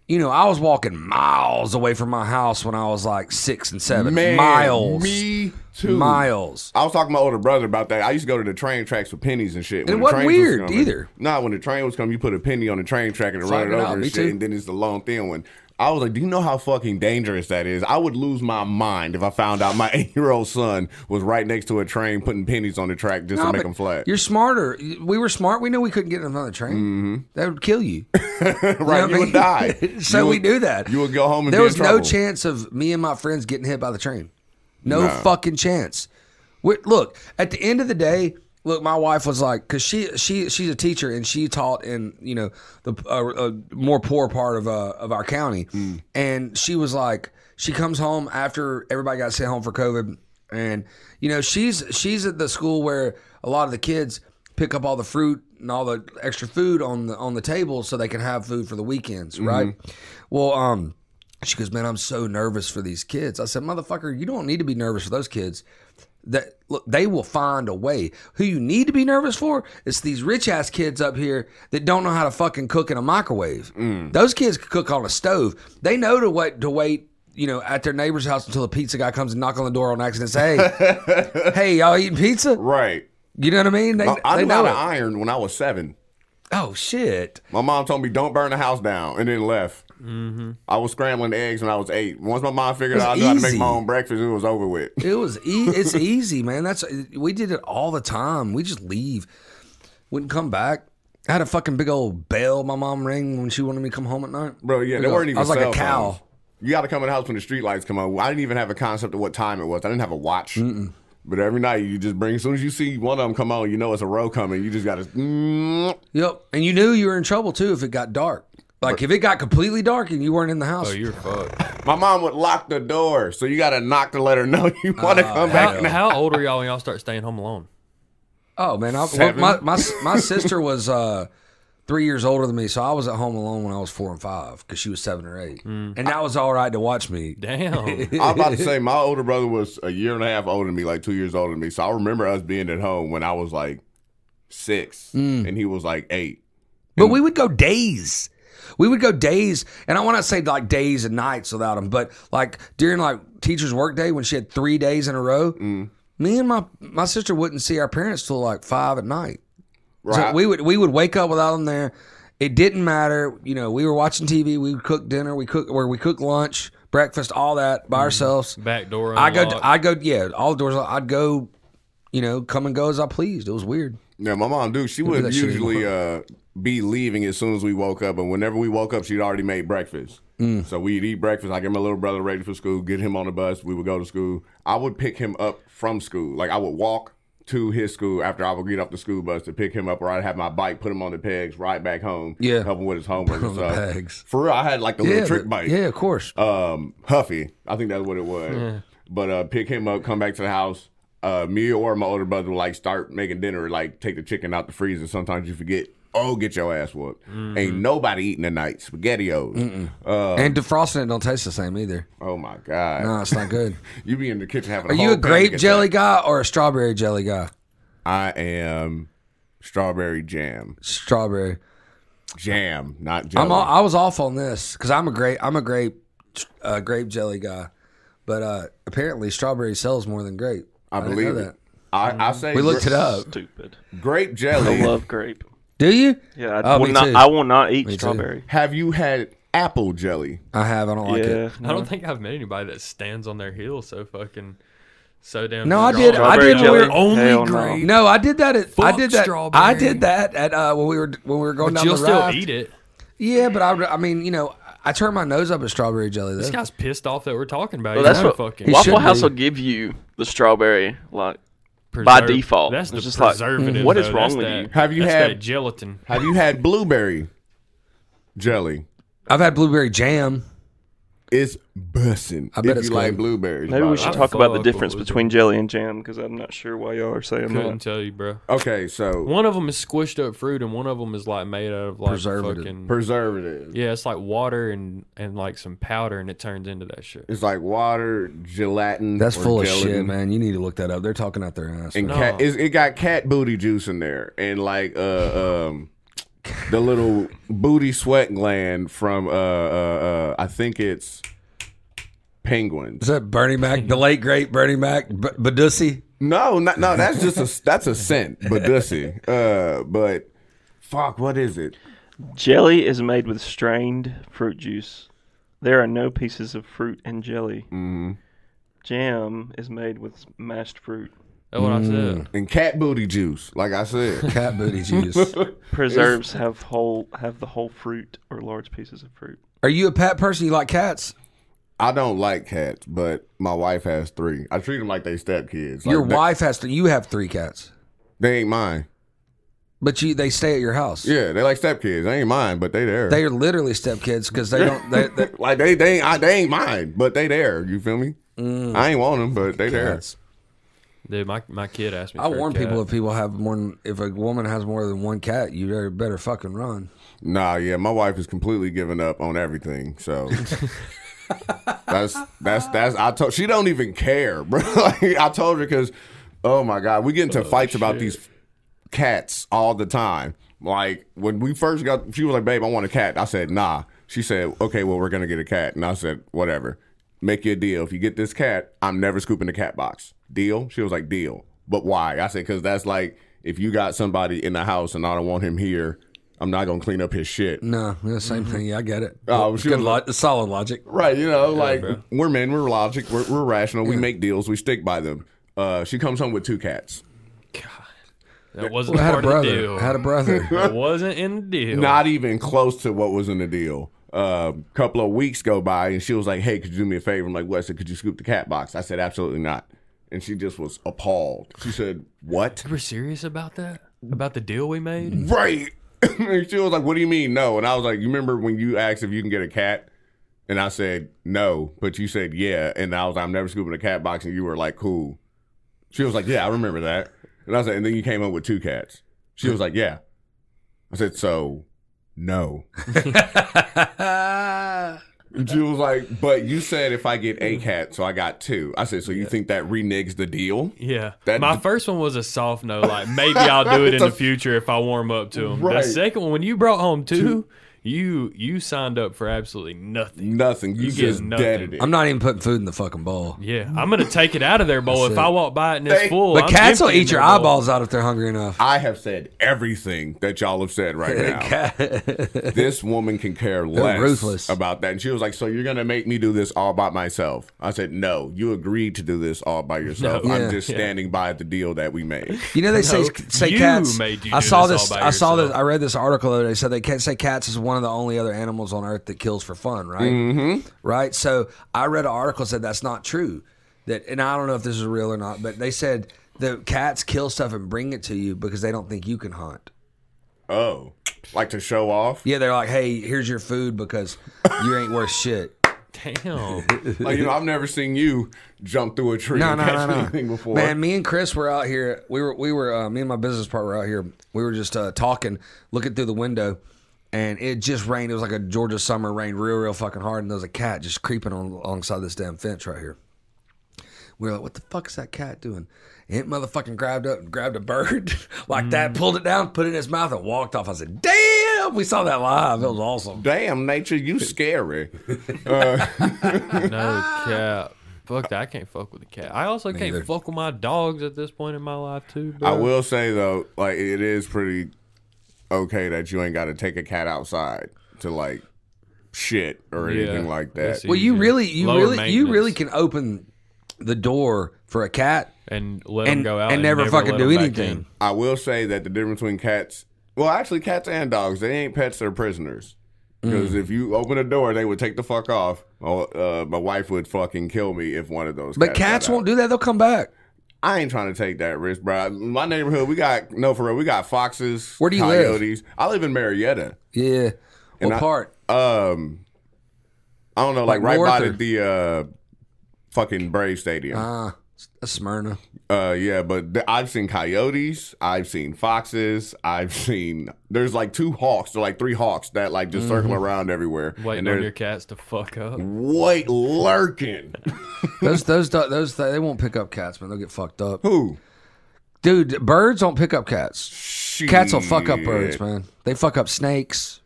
S1: you know, I was walking miles away from my house when I was like six and seven.
S2: Man,
S1: miles,
S2: Me too.
S1: miles.
S2: I was talking to my older brother about that. I used to go to the train tracks for pennies and shit.
S1: it
S2: the
S1: wasn't
S2: trains was
S1: weird
S2: coming-
S1: either.
S2: Nah, when the train was coming, you put a penny on the train track and
S1: Slide
S2: run it
S1: it
S2: over
S1: out,
S2: and
S1: me
S2: shit,
S1: too.
S2: and then it's the long thin one. I was like, do you know how fucking dangerous that is? I would lose my mind if I found out my eight year old son was right next to a train putting pennies on the track just
S1: Nah,
S2: to make
S1: but
S2: them flat.
S1: You're smarter. We were smart. We knew we couldn't get in another train. That would kill you.
S2: Mm-hmm. right, you
S1: know
S2: would
S1: what I
S2: die.
S1: mean? so
S2: You
S1: we
S2: would-
S1: do that.
S2: You would go home and
S1: there
S2: be
S1: was
S2: in trouble.
S1: no chance of me and my friends getting hit by the train. No
S2: No.
S1: fucking chance. we look, at the end of the day, look, my wife was like, because she she she's a teacher and she taught in you know the uh, uh, more poor part of uh, of our county,
S2: Hmm.
S1: and she was like, she comes home after everybody got sent home for COVID, and you know she's she's at the school where a lot of the kids pick up all the fruit and all the extra food on the on the table so they can have food for the weekends, right?
S2: Mm-hmm.
S1: Well, um. She goes, man, I'm so nervous for these kids. I said, motherfucker, you don't need to be nervous for those kids. That look, they will find a way. Who you need to be nervous for is these rich ass kids up here that don't know how to fucking cook in a microwave. Those kids could cook on a stove. They know to wait to wait, you know, at their neighbor's house until a pizza guy comes and knock on the door on accident and say, hey, hey, y'all eating pizza?
S2: Right.
S1: You know what I mean? They,
S2: I, I
S1: they
S2: knew how
S1: know
S2: to
S1: it.
S2: iron when I was seven.
S1: Oh shit.
S2: My mom told me don't burn the house down, and then left. I was scrambling eggs when I was eight. Once my mom figured
S1: Mm-hmm. It was
S2: out I knew how to make
S1: easy.
S2: my own breakfast, it was over with.
S1: It was e- it's easy, man. That's we did it all the time. We just leave, wouldn't come back. I had a fucking big old bell my mom rang when she wanted me to come home at night.
S2: Bro, yeah,
S1: Big
S2: there
S1: old-
S2: weren't even.
S1: I was like
S2: cell
S1: a cow.
S2: phones. You got to come in the house when the street lights come on. I didn't even have a concept of what time it was. I didn't have a watch. But every night you just bring. As soon as you see one of them come on, you know it's a row coming. You just mm-hmm. got to.
S1: Yep, and you knew you were in trouble too if it got dark. Like if it got completely dark and you weren't in the house.
S4: Oh, you're fucked.
S2: My mom would lock the door, so you got to knock to let her know you want to
S1: Ah,
S2: come back.
S4: How,
S2: now.
S4: how old are y'all when y'all start staying home alone?
S1: oh man, I, well,
S2: Seven.
S1: my my my sister was uh, three years older than me, so I was at home alone when I was four and five because she was seven or eight, and that was all right to watch me.
S4: Damn.
S2: I was about to say my older brother was a year and a half older than me, like two years older than me. So I remember us being at home when I was like six,
S1: Mm.
S2: and he was like eight.
S1: But
S2: Mm.
S1: we would go days. We would go days, and I want to say like days and nights without him, but like during like teacher's work day when she had three days in a row,
S2: Mm.
S1: me and my my sister wouldn't see our parents till like five at night. So
S2: Right.
S1: we would we would wake up without them there. It didn't matter, you know. We were watching TV. We would cook dinner. We cook where we cook lunch, breakfast, all that
S2: Mm.
S1: by ourselves.
S4: Back door.
S1: I go,
S4: unlocked.
S1: I go, yeah. All the doors. I'd go, you know, come and go as I pleased. It was weird.
S2: yeah, my mom, dude, she
S1: that
S2: would
S1: shit
S2: usually uh, be leaving as soon as we woke up, and whenever we woke up, she'd already made breakfast.
S1: Mm.
S2: So we'd eat breakfast. I get my little brother ready for school, get him on the bus. We would go to school. I would pick him up from school. Like I would walk to his school after I would get off the school bus to pick him up, or I'd have my bike, put him on the pegs, ride back home,
S1: Yeah.
S2: help him with his homework and
S1: on the
S2: stuff.
S1: pegs.
S2: For real, I had like the
S1: Yeah,
S2: little trick
S1: but-
S2: bike.
S1: yeah, of course.
S2: um Huffy. I think that's what it was. But uh pick him up, come back to the house. Uh me or my older brother would like start making dinner, like take the chicken out the freezer. Sometimes you forget. Oh, get your ass whooped.
S1: Mm-hmm.
S2: Ain't nobody eating tonight. Spaghettios. Uh,
S1: and defrosting it don't taste the same either.
S2: oh my God.
S1: No, it's not good.
S2: You be in the kitchen having
S1: Are
S2: a
S1: you
S2: whole
S1: a grape
S2: panic
S1: jelly
S2: attack.
S1: guy or a strawberry jelly guy?
S2: I am strawberry jam.
S1: Strawberry.
S2: Jam, not jelly.
S1: I'm all, I was off on this because I'm a grape. I'm a grape. Uh, grape jelly guy, but uh, apparently strawberry sells more than grape.
S2: I
S1: didn't
S2: believe
S1: know
S2: it. I, I say
S1: We looked it up.
S5: Stupid.
S2: Grape
S5: I
S2: jelly.
S5: love grape.
S1: Do you?
S5: Yeah, I
S1: Oh,
S5: will
S1: me
S5: not.
S1: too.
S5: I will not eat
S1: Me too.
S5: strawberry.
S2: Have you had apple jelly?
S1: I have. I don't like
S5: yeah,
S1: it.
S4: I don't think I've met anybody that stands on their heel so fucking so damn.
S1: No, I
S4: strong.
S1: did- I
S5: Strawberry
S1: did when we were
S5: jelly?
S4: only
S5: Hell no.
S4: grape.
S1: No, I did that. At, I
S4: Fuck
S1: did that.
S4: strawberry.
S1: I did that at uh, when we were when we were going
S4: But
S1: down
S4: you'll
S1: the
S4: still
S1: raft.
S4: eat it.
S1: Yeah, but I, would- I mean, you know, I turned my nose up at strawberry jelly
S4: This
S1: though.
S4: guy's pissed off that we're talking about.
S5: Well,
S4: He's
S5: that's
S4: not
S5: what
S4: fucking.
S1: He
S5: Waffle
S1: should
S5: House
S1: be.
S5: will give you the strawberry like by
S4: preserv-
S5: default.
S4: That's the
S5: It's just like,
S4: preservative.
S1: hmm.
S5: what is
S4: though.
S5: wrong
S4: That's
S5: with
S4: that-
S5: you?
S2: Have you
S4: that's
S2: had-
S4: that gelatin?
S2: Have you had blueberry jelly?
S1: I've had blueberry jam.
S2: It's bussin'.
S1: I bet
S2: if
S1: it's
S2: you like
S1: good.
S2: blueberries.
S5: Maybe we
S2: brother.
S5: should
S4: I
S5: talk about the
S4: fuck
S5: difference
S4: with
S5: between jelly and jam because I'm not sure why y'all are
S1: Hmm.
S5: saying
S4: Couldn't
S5: that.
S4: tell you, bro.
S2: Okay, so
S4: One of them is squished up fruit, and one of them is like made out of like
S1: Preservative.
S4: fucking.
S2: preservative.
S4: yeah, it's like water and and like some powder, and it turns into that shit.
S2: It's like water, gelatin.
S1: That's
S2: or
S1: full of
S2: gelatin.
S1: shit, man. You need to look that up. They're talking out their ass.
S2: And
S1: man.
S2: cat,
S4: No.
S2: it's, it got cat booty juice in there, and like uh, um, the little booty sweat gland from uh, uh, uh I think it's penguins.
S1: Is that Bernie Mac, the late great Bernie Mac, B- Badussi?
S2: No, not, no, that's just a that's a scent, but dussy. Uh, but fuck, what is it?
S5: Jelly is made with strained fruit juice. There are no pieces of fruit in jelly.
S2: Mm-hmm.
S5: Jam is made with mashed fruit.
S4: That's
S1: Hmm.
S4: what I said.
S2: And cat booty juice, like I said.
S1: Cat booty juice.
S5: Preserves have whole have the whole fruit or large pieces of fruit.
S1: Are you a pet person? You like cats?
S2: I don't like cats, but my wife has three. I treat them like they stepkids. Like
S1: Your
S2: they-
S1: wife has to. You have three cats,
S2: They ain't mine.
S1: but you they stay at your house.
S2: Yeah, they like stepkids. They ain't mine, but they there.
S1: They are literally stepkids because they don't. They, they,
S2: like they they ain't, I, they ain't mine, but they there. You feel me? I ain't want them, but they there.
S1: Mm. cats.
S4: Dude, my my kid asked me.
S1: I
S4: for a
S1: warn people
S4: cat.
S1: if people have more. Than, if a woman has more than one cat, you better- better fucking run.
S2: Nah, yeah, my wife is completely giving up on everything. So that's that's that's I told she don't even care, bro. like, I told her because oh my god, we get into fights about these cats all the time. Like when we first got, she was like, "Babe, I want a cat." I said, "Nah." She said, "Okay, well, we're gonna get a cat," and I said, "Whatever. Make you a deal. If you get this cat, I'm never scooping the cat box. Deal?" She was like, "Deal." But why? I said, "Cause that's like if you got somebody in the house and I don't want him here, I'm not gonna clean up his shit."
S1: No, yeah, same thing. Yeah, I get it.
S2: Oh, she
S1: Good
S2: was-
S1: lo- solid logic.
S2: Right, you know, like we're men, we're logic, we're, we're rational, we make deals, we stick by them. Uh, she comes home with two cats.
S4: that wasn't
S1: Well, I had a
S4: part of the
S1: brother.
S4: deal.
S1: I had a brother.
S4: it wasn't in the deal.
S2: Not even close to what was in the deal. A couple of weeks go by, and she was like, "Hey, could you do me a favor?" I'm like, "What?" I said, "Could you scoop the cat box?" I said, "Absolutely not." And she just was appalled. She said, "What?"
S4: You We're serious about that? About the deal we
S1: Hmm.
S4: made?
S2: Right. and she was like, "What do you mean, no?" And I was like, "You remember when you asked if you can get a cat?" And I said, "No," but you said, "Yeah." And I was like, "I'm never scooping a cat box," and you were like, "Cool." She was like, "Yeah, I remember that." And I said, "And then you came up with two cats." She was like, "Yeah." I said, "So, no." And she was like, "But you said if I get a cat, so I got two. I said, "So you think that reneges the deal?"
S4: Yeah.
S2: That-
S4: My first one was a soft no. Like maybe I'll do it in
S2: It's a-
S4: the future if I warm up to him.
S2: Right.
S4: The second one, when you brought home two, you you signed up for absolutely nothing.
S2: Nothing. You,
S4: You get
S2: just
S4: nothing.
S2: deaded it.
S1: I'm not even putting food in the fucking bowl.
S4: Yeah, I'm gonna take it out of there, bowl.
S1: That's
S4: If
S1: it.
S4: I walk by it and it's
S2: They-
S4: full,
S1: But
S4: I'm
S1: cats will
S4: emptying
S1: eat your
S4: their bowl.
S1: eyeballs out if they're hungry enough.
S2: I have said everything that y'all have said right now. this woman can care less
S1: ruthless.
S2: about that. And she was like, So you're going to make me do this all by myself? I said, No, you agreed to do this all by yourself.
S1: Yeah.
S2: I'm just standing by the deal that we made.
S1: You know they say
S4: No,
S1: say
S4: you
S1: cats.
S4: made you
S1: I
S4: do
S1: saw
S4: this
S1: this.
S4: all by
S1: I saw this.
S4: yourself.
S1: I read this article the other day. So they can't say cats is one of the only other animals on earth that kills for fun, right? Mm-hmm. Right. So I read an article that said that's not true. That and I don't know if this is real or not, but they said the cats kill stuff and bring it to you because they don't think you can hunt.
S2: Oh, like to show off?
S1: Yeah, they're like, hey, here's your food because you ain't worth shit.
S4: Damn.
S2: Like, you know, I've never seen you jump through a tree
S1: No,
S2: and
S1: no,
S2: catch
S1: no, no.
S2: anything before.
S1: Man, me and Chris were out here. We were, we were, uh, me and my business partner were out here. We were just uh, talking, looking through the window, and it just rained. It was like a Georgia summer It rained real, real fucking hard. And there was a cat just creeping on alongside this damn fence right here. We were like, what the fuck is that cat doing? And it motherfucking grabbed up and grabbed a bird like that, pulled it down, put it in his mouth, and walked off. I said, damn, we saw that live. It was awesome.
S2: Damn, nature, you scary. Uh,
S4: No cap. Fuck that. I can't fuck with a cat. I also can't
S1: either.
S4: fuck with my dogs at this point in my life too. Bro.
S2: I will say, though, like, it is pretty okay that you ain't got to take a cat outside to, like, shit or
S4: Yeah,
S2: anything like that.
S4: that's
S1: Well, you
S4: easier.
S1: really, you
S4: Lower
S1: really, you really
S4: maintenance.
S1: can open the door for a cat
S4: and let them
S1: and,
S4: go out
S1: and never, fucking
S4: let
S1: do
S4: 'em back
S1: anything.
S4: in.
S2: I will say that the difference between cats, well, actually, cats and dogs, they ain't pets; they're prisoners.
S1: Mm.
S2: Because if you open a door, they would take the fuck off. Oh, uh, my wife would fucking kill me if one of those.
S1: But cats won't do that. They'll come back.
S2: I ain't trying to take that risk, bro. My neighborhood, we got no for real. We got foxes.
S1: Where do you live?
S2: coyotes. I live in Marietta.
S1: Yeah.
S2: And
S1: What
S2: I-
S1: part?
S2: Um, I don't know, like,
S1: Like
S2: right by
S1: north or-
S2: the uh, fucking Brave Stadium.
S1: Ah, uh, Smyrna.
S2: Uh, yeah, but th- I've seen coyotes, I've seen foxes, I've seen there's like two hawks, or like three hawks that like just circle
S1: Mm-hmm.
S2: around everywhere,
S4: Waiting
S2: and
S4: on
S2: they're
S4: your cats to fuck up.
S2: white lurking.
S1: Those those do- those they won't pick up cats, man. They'll get fucked up.
S2: Who?
S1: Dude, birds don't pick up cats. Cats will fuck up
S2: Shit.
S1: birds, man. They fuck up snakes.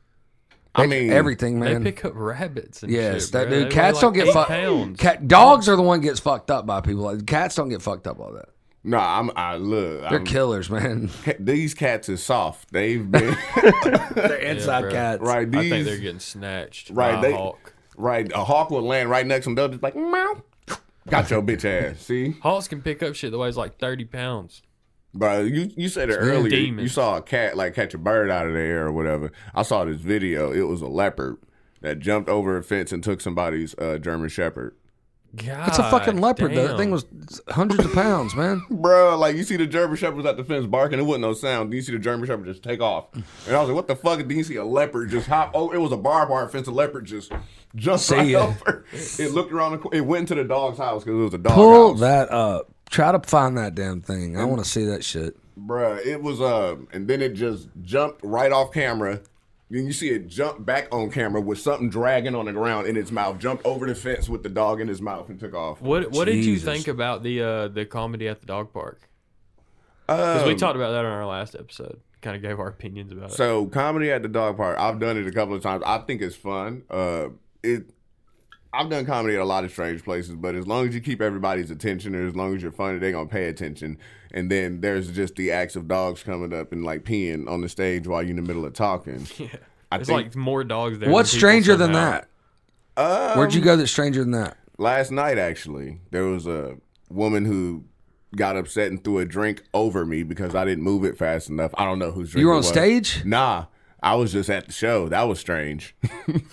S2: I
S1: They-
S2: mean,
S1: everything,
S4: They
S1: man.
S4: pick up rabbits and
S1: yes,
S4: shit.
S1: that
S4: bruh.
S1: dude.
S4: They
S1: Cats
S4: weigh
S1: don't
S4: like
S1: get
S4: eight
S1: fucked.
S4: Pounds.
S1: Cat dogs are the one gets fucked up by people. Like, cats don't get fucked up all that.
S2: No, I'm. I look.
S1: They're
S2: I'm-
S1: killers, man.
S2: ca- these cats is soft. They've been
S1: They're inside
S4: bro.
S1: cats.
S2: right.
S4: I
S2: These
S4: think they're getting snatched
S2: Right,
S4: by
S2: they-
S4: a hawk.
S2: right. A hawk will land right next to them. They'll just like meow. Got your bitch ass. See,
S4: Hawks can pick up shit that weighs like thirty pounds.
S2: bro. You you said it earlier.
S4: demons.
S2: You saw a cat like catch a bird out of the air or whatever. I saw this video. It was a leopard that jumped over a fence and took somebody's uh, German Shepherd.
S4: God,
S1: That's a fucking leopard. though. That
S4: damn.
S1: thing was hundreds of pounds, man.
S2: Bro, like you see the German Shepherd's at the fence barking, it wasn't no sound. Then you see the German Shepherd just take off. And I was like, what the fuck? And then you see a leopard just hop. Oh, it was a barbed wire fence. A leopard just jumped
S1: See
S2: right
S1: ya.
S2: over. It looked around the corner. It went into the dog's house because it was a dog
S1: Pull
S2: house.
S1: that up. Try to find that damn thing. I want to see that shit.
S2: Bruh, it was, um, and then it just jumped right off camera. Then you see it jump back on camera with something dragging on the ground in its mouth, jumped over the fence with the dog in his mouth and took off.
S4: What What did you
S1: Jesus.
S4: think about the uh, the comedy at the dog park? Because
S2: Um,
S1: Oh.
S4: we talked about that on our last episode. Kind of gave our opinions about it.
S2: So comedy at the dog park. I've done it a couple of times. I think it's fun. Uh, it. I've done comedy at a lot of strange places, but as long as you keep everybody's attention, or as long as you're funny, they're gonna pay attention. And then there's just the acts of dogs coming up and like peeing on the stage while you're in the middle of talking. Yeah, I
S4: It's
S2: think
S4: like more dogs there.
S1: What's
S4: than people
S1: stranger than
S4: somehow.
S1: that?
S2: um,
S1: Where'd you go that's stranger than that?
S2: last night actually there was a woman who got upset and threw a drink over me because I didn't move it fast enough. I don't know who's drink.
S1: You were
S2: it
S1: on
S2: was.
S1: stage?
S2: Nah, I was just at the show. That was strange.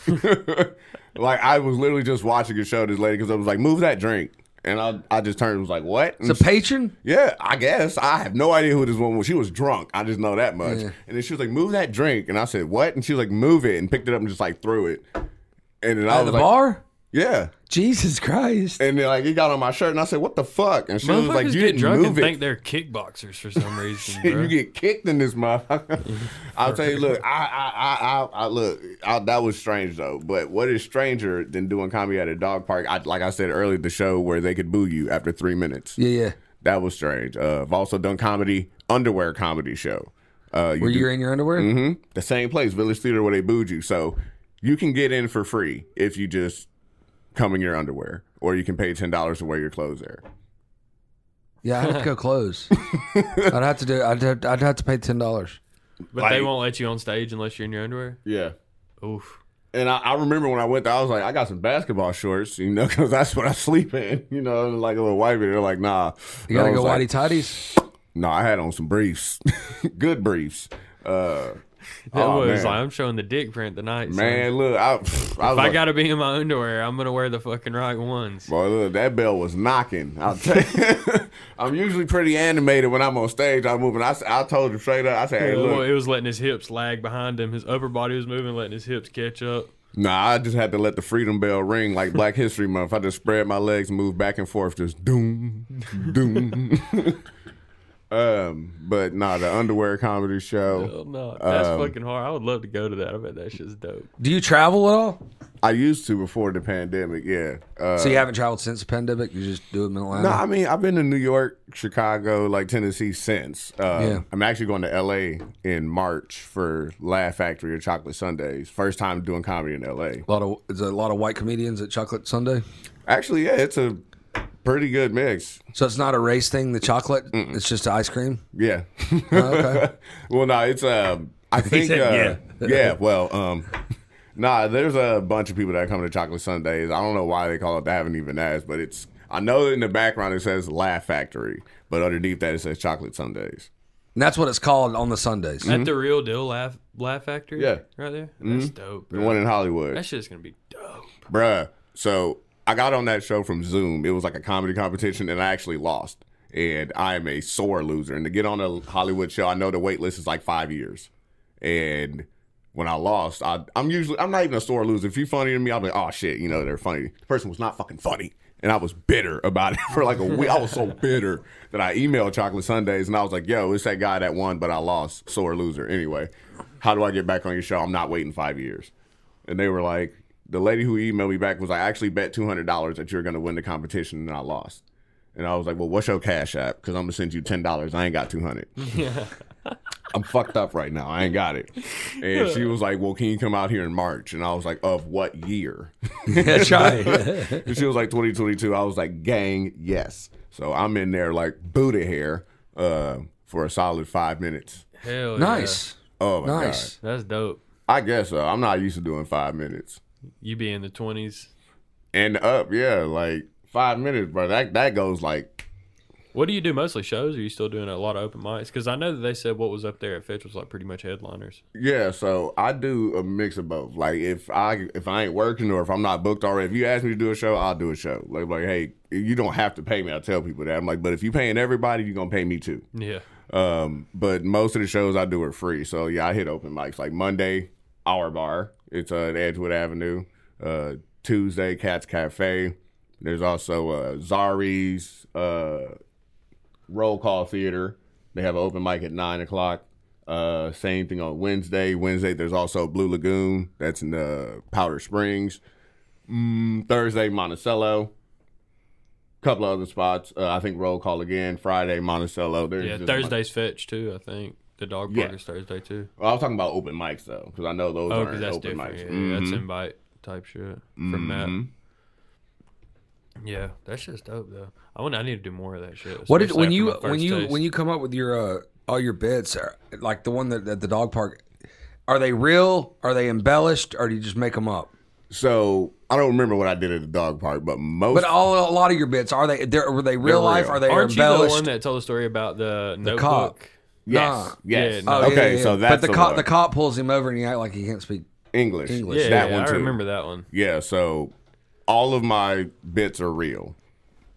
S2: like I was literally just watching a show. This lady because I was like, move that drink. And I, I just turned and was like, what? And
S1: It's a patron?
S2: yeah, I guess. I have no idea who this woman was. She was drunk. I just know that much. And then she was like, move that drink. And I said, what? And she was like, move it. And picked it up and just like threw it. And then I
S1: At
S2: was
S1: the
S2: like,
S1: bar?
S2: yeah.
S1: Jesus Christ.
S2: And then like it got on my shirt, and I said, "What the fuck?" And she was
S4: Motherfuckers
S2: like, "You
S4: get
S2: didn't
S4: drunk
S2: move
S4: and
S2: it.
S4: think they're kickboxers for some reason.
S2: Shit,
S4: bro.
S2: you get kicked in this motherfucker." I'll tell you, look, I, I, I, I, I look, I, that was strange though. But what is stranger than doing comedy at a dog park? I, like I said earlier, the show where they could boo you after three minutes.
S1: Yeah, yeah.
S2: That was strange. Uh, I've also done comedy underwear comedy show. Uh,
S1: Were
S2: do-
S1: you in your underwear?
S2: Mhm. The same place, Village Theater, where they booed you. So you can get in for free if you just come in your underwear, or you can pay ten dollars to wear your clothes there.
S1: Yeah, I'd have to go close. I'd have to do. I'd have, I'd have to pay ten dollars.
S4: but they
S2: like-
S4: won't let you on stage unless you're in your underwear.
S2: Yeah.
S4: Oof.
S2: And I, I remember when I went there, I was like, I got some basketball shorts, you know, because that's what I sleep in, you know, and like a little whitey. They're like, nah.
S1: You gotta
S2: And I was
S1: go
S2: like,
S1: whitey tighties.
S2: No, I had on some briefs, good briefs. Uh,
S4: That
S2: oh, man.
S4: was like I'm showing the dick print tonight. son.
S2: man, look, I, I was
S4: if I
S2: like,
S4: gotta be in my underwear, I'm gonna wear the fucking right ones.
S2: boy, look, that bell was knocking. I'll tell you, I'm usually pretty animated when I'm on stage. I'm moving. I, s- I told him straight up, I said, hey,
S4: Well,
S2: look,
S4: it was letting his hips lag behind him. His upper body was moving, letting his hips catch up.
S2: nah, I just had to let the freedom bell ring like Black History Month. I just spread my legs, and move back and forth, just doom, doom. um, but nah, the underwear comedy show.
S4: Hell no, that's
S2: Um,
S4: fucking hard. I would love to go to that. I bet that shit's dope.
S2: Mm-hmm.
S1: Do you travel at all?
S2: I used to before the pandemic, yeah. Uh,
S1: so you haven't traveled since the pandemic. You just do it in Atlanta.
S2: no, I mean I've been to New York, Chicago, like Tennessee since. Uh,
S1: Yeah.
S2: I'm actually going to LA in March for Laugh Factory or Chocolate Sundays. First time doing comedy in LA.
S1: a lot of there's a lot of white comedians at Chocolate Sunday.
S2: Actually, yeah, it's a pretty good mix.
S1: So it's not a race thing. The chocolate. It's just ice cream.
S2: Yeah.
S1: okay.
S2: well, no, it's um. I think
S1: said,
S2: uh, yeah. Well, um, nah. There's a bunch of people that come to Chocolate Sundays. I don't know why they call it. I haven't even asked, but it's. I know in the background it says Laugh Factory, but underneath that it says Chocolate Sundays.
S1: And that's what it's called on the Sundays.
S4: At the real deal, laugh laugh factory.
S2: Yeah.
S4: right there. That's dope.
S2: The
S4: bro.
S2: one in Hollywood.
S4: That shit's gonna be dope.
S2: bruh. So I got on that show from Zoom. It was like a comedy competition, and I actually lost. and I am a sore loser. And to get on a Hollywood show, I know the wait list is like five years. And when I lost, I, I'm usually I'm not even a sore loser. If you're funny to me, I'm like, oh shit, you know they're funny. The person was not fucking funny, and I was bitter about it for like a week. I was so bitter that I emailed Chocolate Sundays and I was like, yo, it's that guy that won, but I lost, sore loser. Anyway, how do I get back on your show? I'm not waiting five years. And they were like, the lady who emailed me back was like, I actually bet two hundred dollars that you're gonna win the competition, and I lost. And I was like, well, what's your cash app? Because I'm gonna send you ten dollars. I ain't got two hundred. I'm fucked up right now. I ain't got it. And she was like, Well, can you come out here in March? And I was like, Of what year?
S1: That's right.
S2: And she was like, 2022. I was like, Gang, yes. So I'm in there like booty hair uh, for a solid five minutes.
S4: Hell
S1: nice.
S2: Oh, my
S1: Nice.
S4: yeah. That's dope.
S2: God. I guess so. I'm not used to doing five minutes.
S4: You be in the twenties.
S2: And up, yeah, like five minutes, bro. That, that goes like,
S4: What do you do mostly? Shows? Are you still doing a lot of open mics? Because I know that they said what was up there at Fitch was like pretty much headliners.
S2: yeah. So I do a mix of both. Like if I if I ain't working or if I'm not booked already, if you ask me to do a show, I'll do a show. Like like, hey, you don't have to pay me. I tell people that. I'm like, but if you paying everybody, you gonna pay me too.
S4: Yeah.
S2: Um, but most of the shows I do are free. So yeah, I hit open mics like Monday, Our Bar. It's uh, at Edgewood Avenue. Uh, Tuesday, Cats Cafe. There's also uh, Zari's uh, Roll Call Theater. They have an open mic at nine o'clock. Uh, same thing on Wednesday. Wednesday, there's also Blue Lagoon. That's in the Powder Springs. Mm, Thursday, Monticello. Couple of other spots. Uh, I think Roll Call again. Friday, Monticello. There's
S4: Yeah.
S2: just a bunch-
S4: Thursday's Fetch too. I think the dog park
S2: Yeah.
S4: is Thursday too.
S2: Well, I was talking about open mics though, because I know those
S4: Oh,
S2: aren't
S4: because that's
S2: open
S4: different.
S2: mics.
S4: Yeah,
S2: Mhm.
S1: Mm-hmm.
S4: That's invite type shit from that. Yeah, that's just dope though. I want. I need to do more of that shit.
S1: What did
S4: especially
S1: when
S4: after
S1: you
S4: my first
S1: when you
S4: taste.
S1: when you come up with your uh, all your bits, uh, like the one that at the dog park, are they real? Are they embellished? Or do you just make them up?
S2: So I don't remember what I did at the dog park, but most
S1: But uh, all a lot of your bits are they? They're, were they real
S2: real.
S1: life? Are they
S4: aren't you the
S1: embellished?
S4: one that told the story about the, notebook?
S1: cock.
S2: yes,
S1: Nah.
S2: yes.
S4: Yeah, no.
S1: Oh, yeah,
S2: okay,
S1: yeah, yeah.
S2: so that's
S1: but the,
S2: the,
S1: cop
S2: one.
S1: the cop pulls him over and he act like he can't speak.
S2: English.
S1: English.
S4: Yeah,
S2: that
S4: yeah,
S2: one
S4: I
S2: too.
S4: remember that one.
S2: Yeah, so all of my bits are real.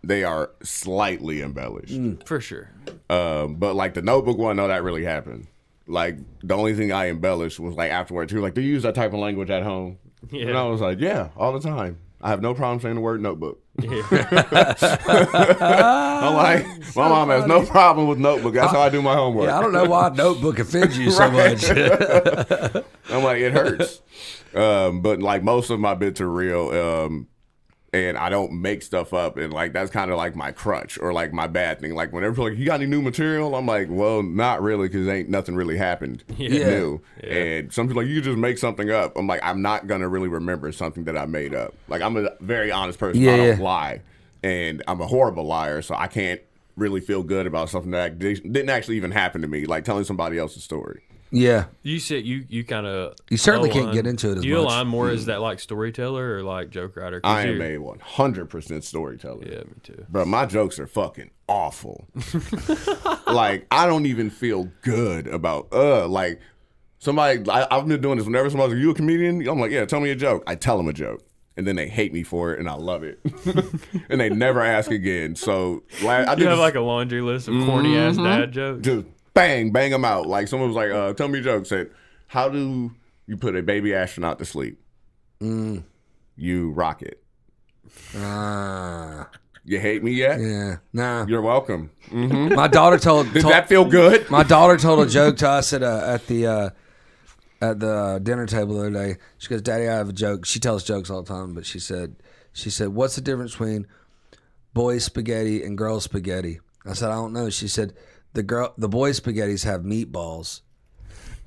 S2: They are slightly embellished.
S1: Mm.
S4: For sure.
S2: Um, but like the notebook one, no, that really happened. Like the only thing I embellished was like afterwards. He was like, "Do you use that type of language at home?"
S4: Yeah.
S2: And I was like, "Yeah, all the time. I have no problem saying the word notebook."
S4: Yeah.
S2: I'm like, my mom has no problem with notebook. That's how I do my homework.
S1: Yeah, I don't know why notebook offends you so much.
S2: I'm like, it hurts. um, but like most of my bits are real. Um, and I don't make stuff up, and like that's kind of like my crutch or like my bad thing. Like whenever people are like you got any new material, I'm like, well, not really, because ain't nothing really happened
S4: Yeah.
S2: new. And some people are like you just make something up. I'm like, I'm not gonna really remember something that I made up. Like I'm a very honest person. I
S1: Yeah,
S2: don't
S1: yeah.
S2: lie, and I'm a horrible liar, so I can't really feel good about something that didn't actually even happen to me. Like telling somebody else's story.
S1: yeah,
S4: you said you you kind of
S1: You certainly can't get into it as
S4: you
S1: much. Mm.
S4: align more as that like storyteller or like joke writer. 'Cause
S2: I am
S4: you're-
S2: a 100% storyteller.
S4: Yeah, me too.
S2: But my jokes are fucking awful. like, I don't even feel good about, uh, like, somebody, I, I've been doing this whenever somebody's like, you a comedian? I'm like, yeah, tell me a joke. I tell them a joke. And then they hate me for it, and I love it. and they never ask again. So, like, I did
S4: You have
S2: this-
S4: like a laundry list of corny
S1: Mm-hmm.
S4: ass dad jokes.
S2: just bang, bang them out. Like someone was like, uh, "Tell me a joke." Said, "How do you put a baby astronaut to sleep?" "Mm, You rock it.
S1: uh,
S2: You hate me yet?
S1: yeah, nah.
S2: You're welcome.
S1: My daughter told,
S2: Did
S1: told
S2: that feel good?
S1: My daughter told a joke to us at uh, at the uh, at the uh, dinner table the other day. She goes, "Daddy, I have a joke." She tells jokes all the time, but she said, "She said, what's the difference between boys spaghetti and girls spaghetti?" I said, "I don't know." She said, "The girl, the boys spaghettis have meatballs."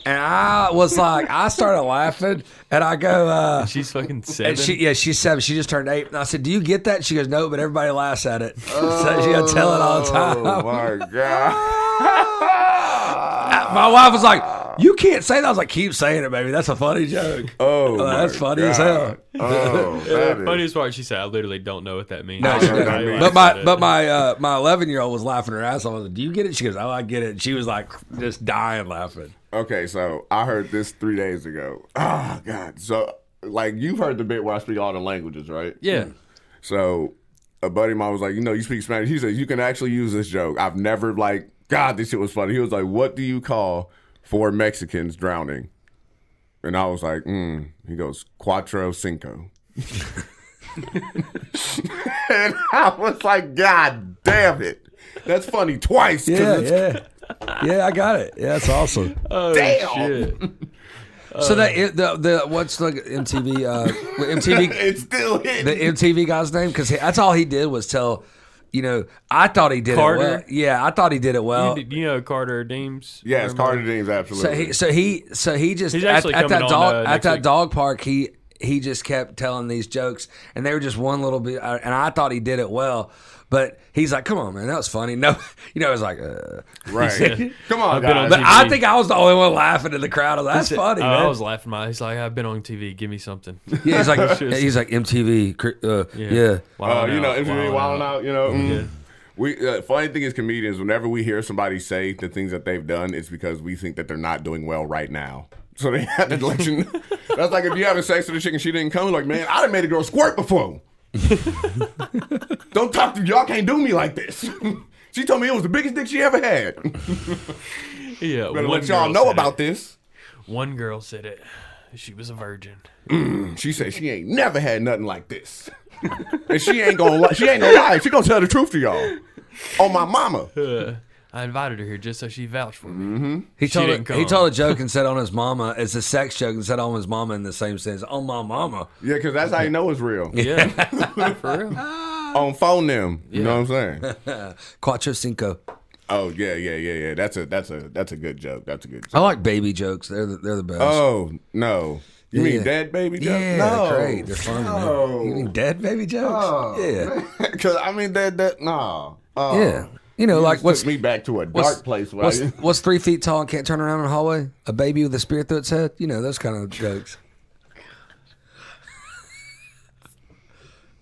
S1: And I was like, I started laughing, and I go, uh,
S4: She's fucking seven.
S1: and she, yeah, she's seven. She just turned eight. And I said, "Do you get that?" She goes, "No," but everybody laughs at it. so she gotta tell it all the time.
S2: Oh my god!
S1: My wife was like, "You can't say that." I was like, "Keep saying it, baby. That's a funny joke."
S2: Oh,
S1: Well, that's
S2: my
S1: funny as hell.
S2: God. Oh, that
S4: The
S2: is-
S4: funniest part, she said, "I literally don't know what that means."
S1: No,
S4: I
S1: she
S4: don't know
S2: didn't.
S4: how you
S1: But
S4: laughed
S1: my
S4: at it.
S1: but my uh, my eleven year old was laughing her ass off. I was like, "Do you get it?" She goes, "Oh, I get it." And she was like, just dying laughing.
S2: Okay, so I heard this three days ago. Oh Mm. god! So like you've heard the bit where I speak all the languages, right?
S4: yeah,
S2: So a buddy of mine was like, you know, you speak Spanish. He said, you can actually use this joke. I've never like, God, this shit was funny. He was like, what do you call four Mexicans drowning? And I was like, mm. He goes, cuatro cinco. and I was like, God damn it. That's funny twice. 'cause
S1: Yeah,
S2: it's-
S1: yeah, yeah. I got it. Yeah, that's awesome.
S5: Oh,
S2: Damn.
S5: shit.
S1: so that it- the the what's the MTV uh MTV
S2: It's still hitting.
S1: the MTV guy's name because that's all he did was tell. You know, I thought he did
S4: Carter?
S1: it well. Yeah, I thought he did it well.
S4: you, you know Carter Deems?
S2: yeah, it's Carter Dean's
S1: So
S2: absolutely.
S1: he, so he, so he just
S4: He's
S1: at,
S4: actually
S1: at that
S4: coming on,
S1: dog
S4: uh,
S1: at
S4: next
S1: that
S4: week.
S1: dog park. He he just kept telling these jokes, and they were just one little bit. uh, And I thought he did it well, but he's like, "Come on, man, that was funny." No, you know, it was like, uh.
S2: right. Come on,
S4: I've been
S2: guys.
S4: on
S1: but I
S4: TBD.
S1: think I was the only one laughing in the crowd. I was like, That's funny,
S4: Oh,
S1: man.
S4: I was laughing my. He's like, I've been on TV. Give me something.
S1: yeah, he's like, he's like MTV. cr- Uh, yeah.
S2: Uh,
S4: Wildin'
S2: you know,
S4: out,
S2: MTV
S4: Oh, wildin'
S2: Wildin' Out, you know. mm.
S4: Yeah.
S2: We uh, funny thing is comedians. Whenever we hear somebody say the things that they've done, it's because we think that they're not doing well right now. So they had to let you. know. That's like if you having sex with a chick and she didn't come. Like man, I done made a girl squirt before. Don't talk to y'all. Can't do me like this. she told me it was the biggest dick she ever had.
S4: Yeah,
S2: Better
S4: one
S2: let y'all
S4: girl
S2: know
S4: said
S2: about
S4: it.
S2: this.
S4: One girl said it. She was a virgin.
S2: She said she ain't never had nothing like this, and she ain't gonna li- she ain't gonna lie. She gonna tell the truth to y'all. On my mama.
S4: Uh, I invited her here just so she vouched for me.
S1: He told
S4: didn't
S1: a, he
S4: come.
S1: told a joke and said on his mama. It's a sex joke and said on his mama in the same sense. On my mama.
S2: Yeah, because that's how you know it's real.
S4: Yeah, for real.
S2: on phone them. You know what I'm saying?
S1: Quattro cinco.
S2: oh yeah, yeah, yeah, yeah. That's a that's a that's a good joke. That's a good
S1: I
S2: joke.
S1: like baby jokes. They're the, they're the best.
S2: Oh no, you
S1: Yeah.
S2: mean dead baby joke?
S1: Yeah,
S2: no, Oh,
S1: they're great. They're funny. Man. You mean dead baby jokes? yeah,
S2: Because I mean that that no. Oh.
S1: yeah. You know, like
S2: Just
S1: what's
S2: took me back to a
S1: what's,
S2: dark place. Where
S1: what's,
S2: I,
S1: what's three feet tall and can't turn around in the hallway? A baby with a spear through its head. You know those kind of jokes.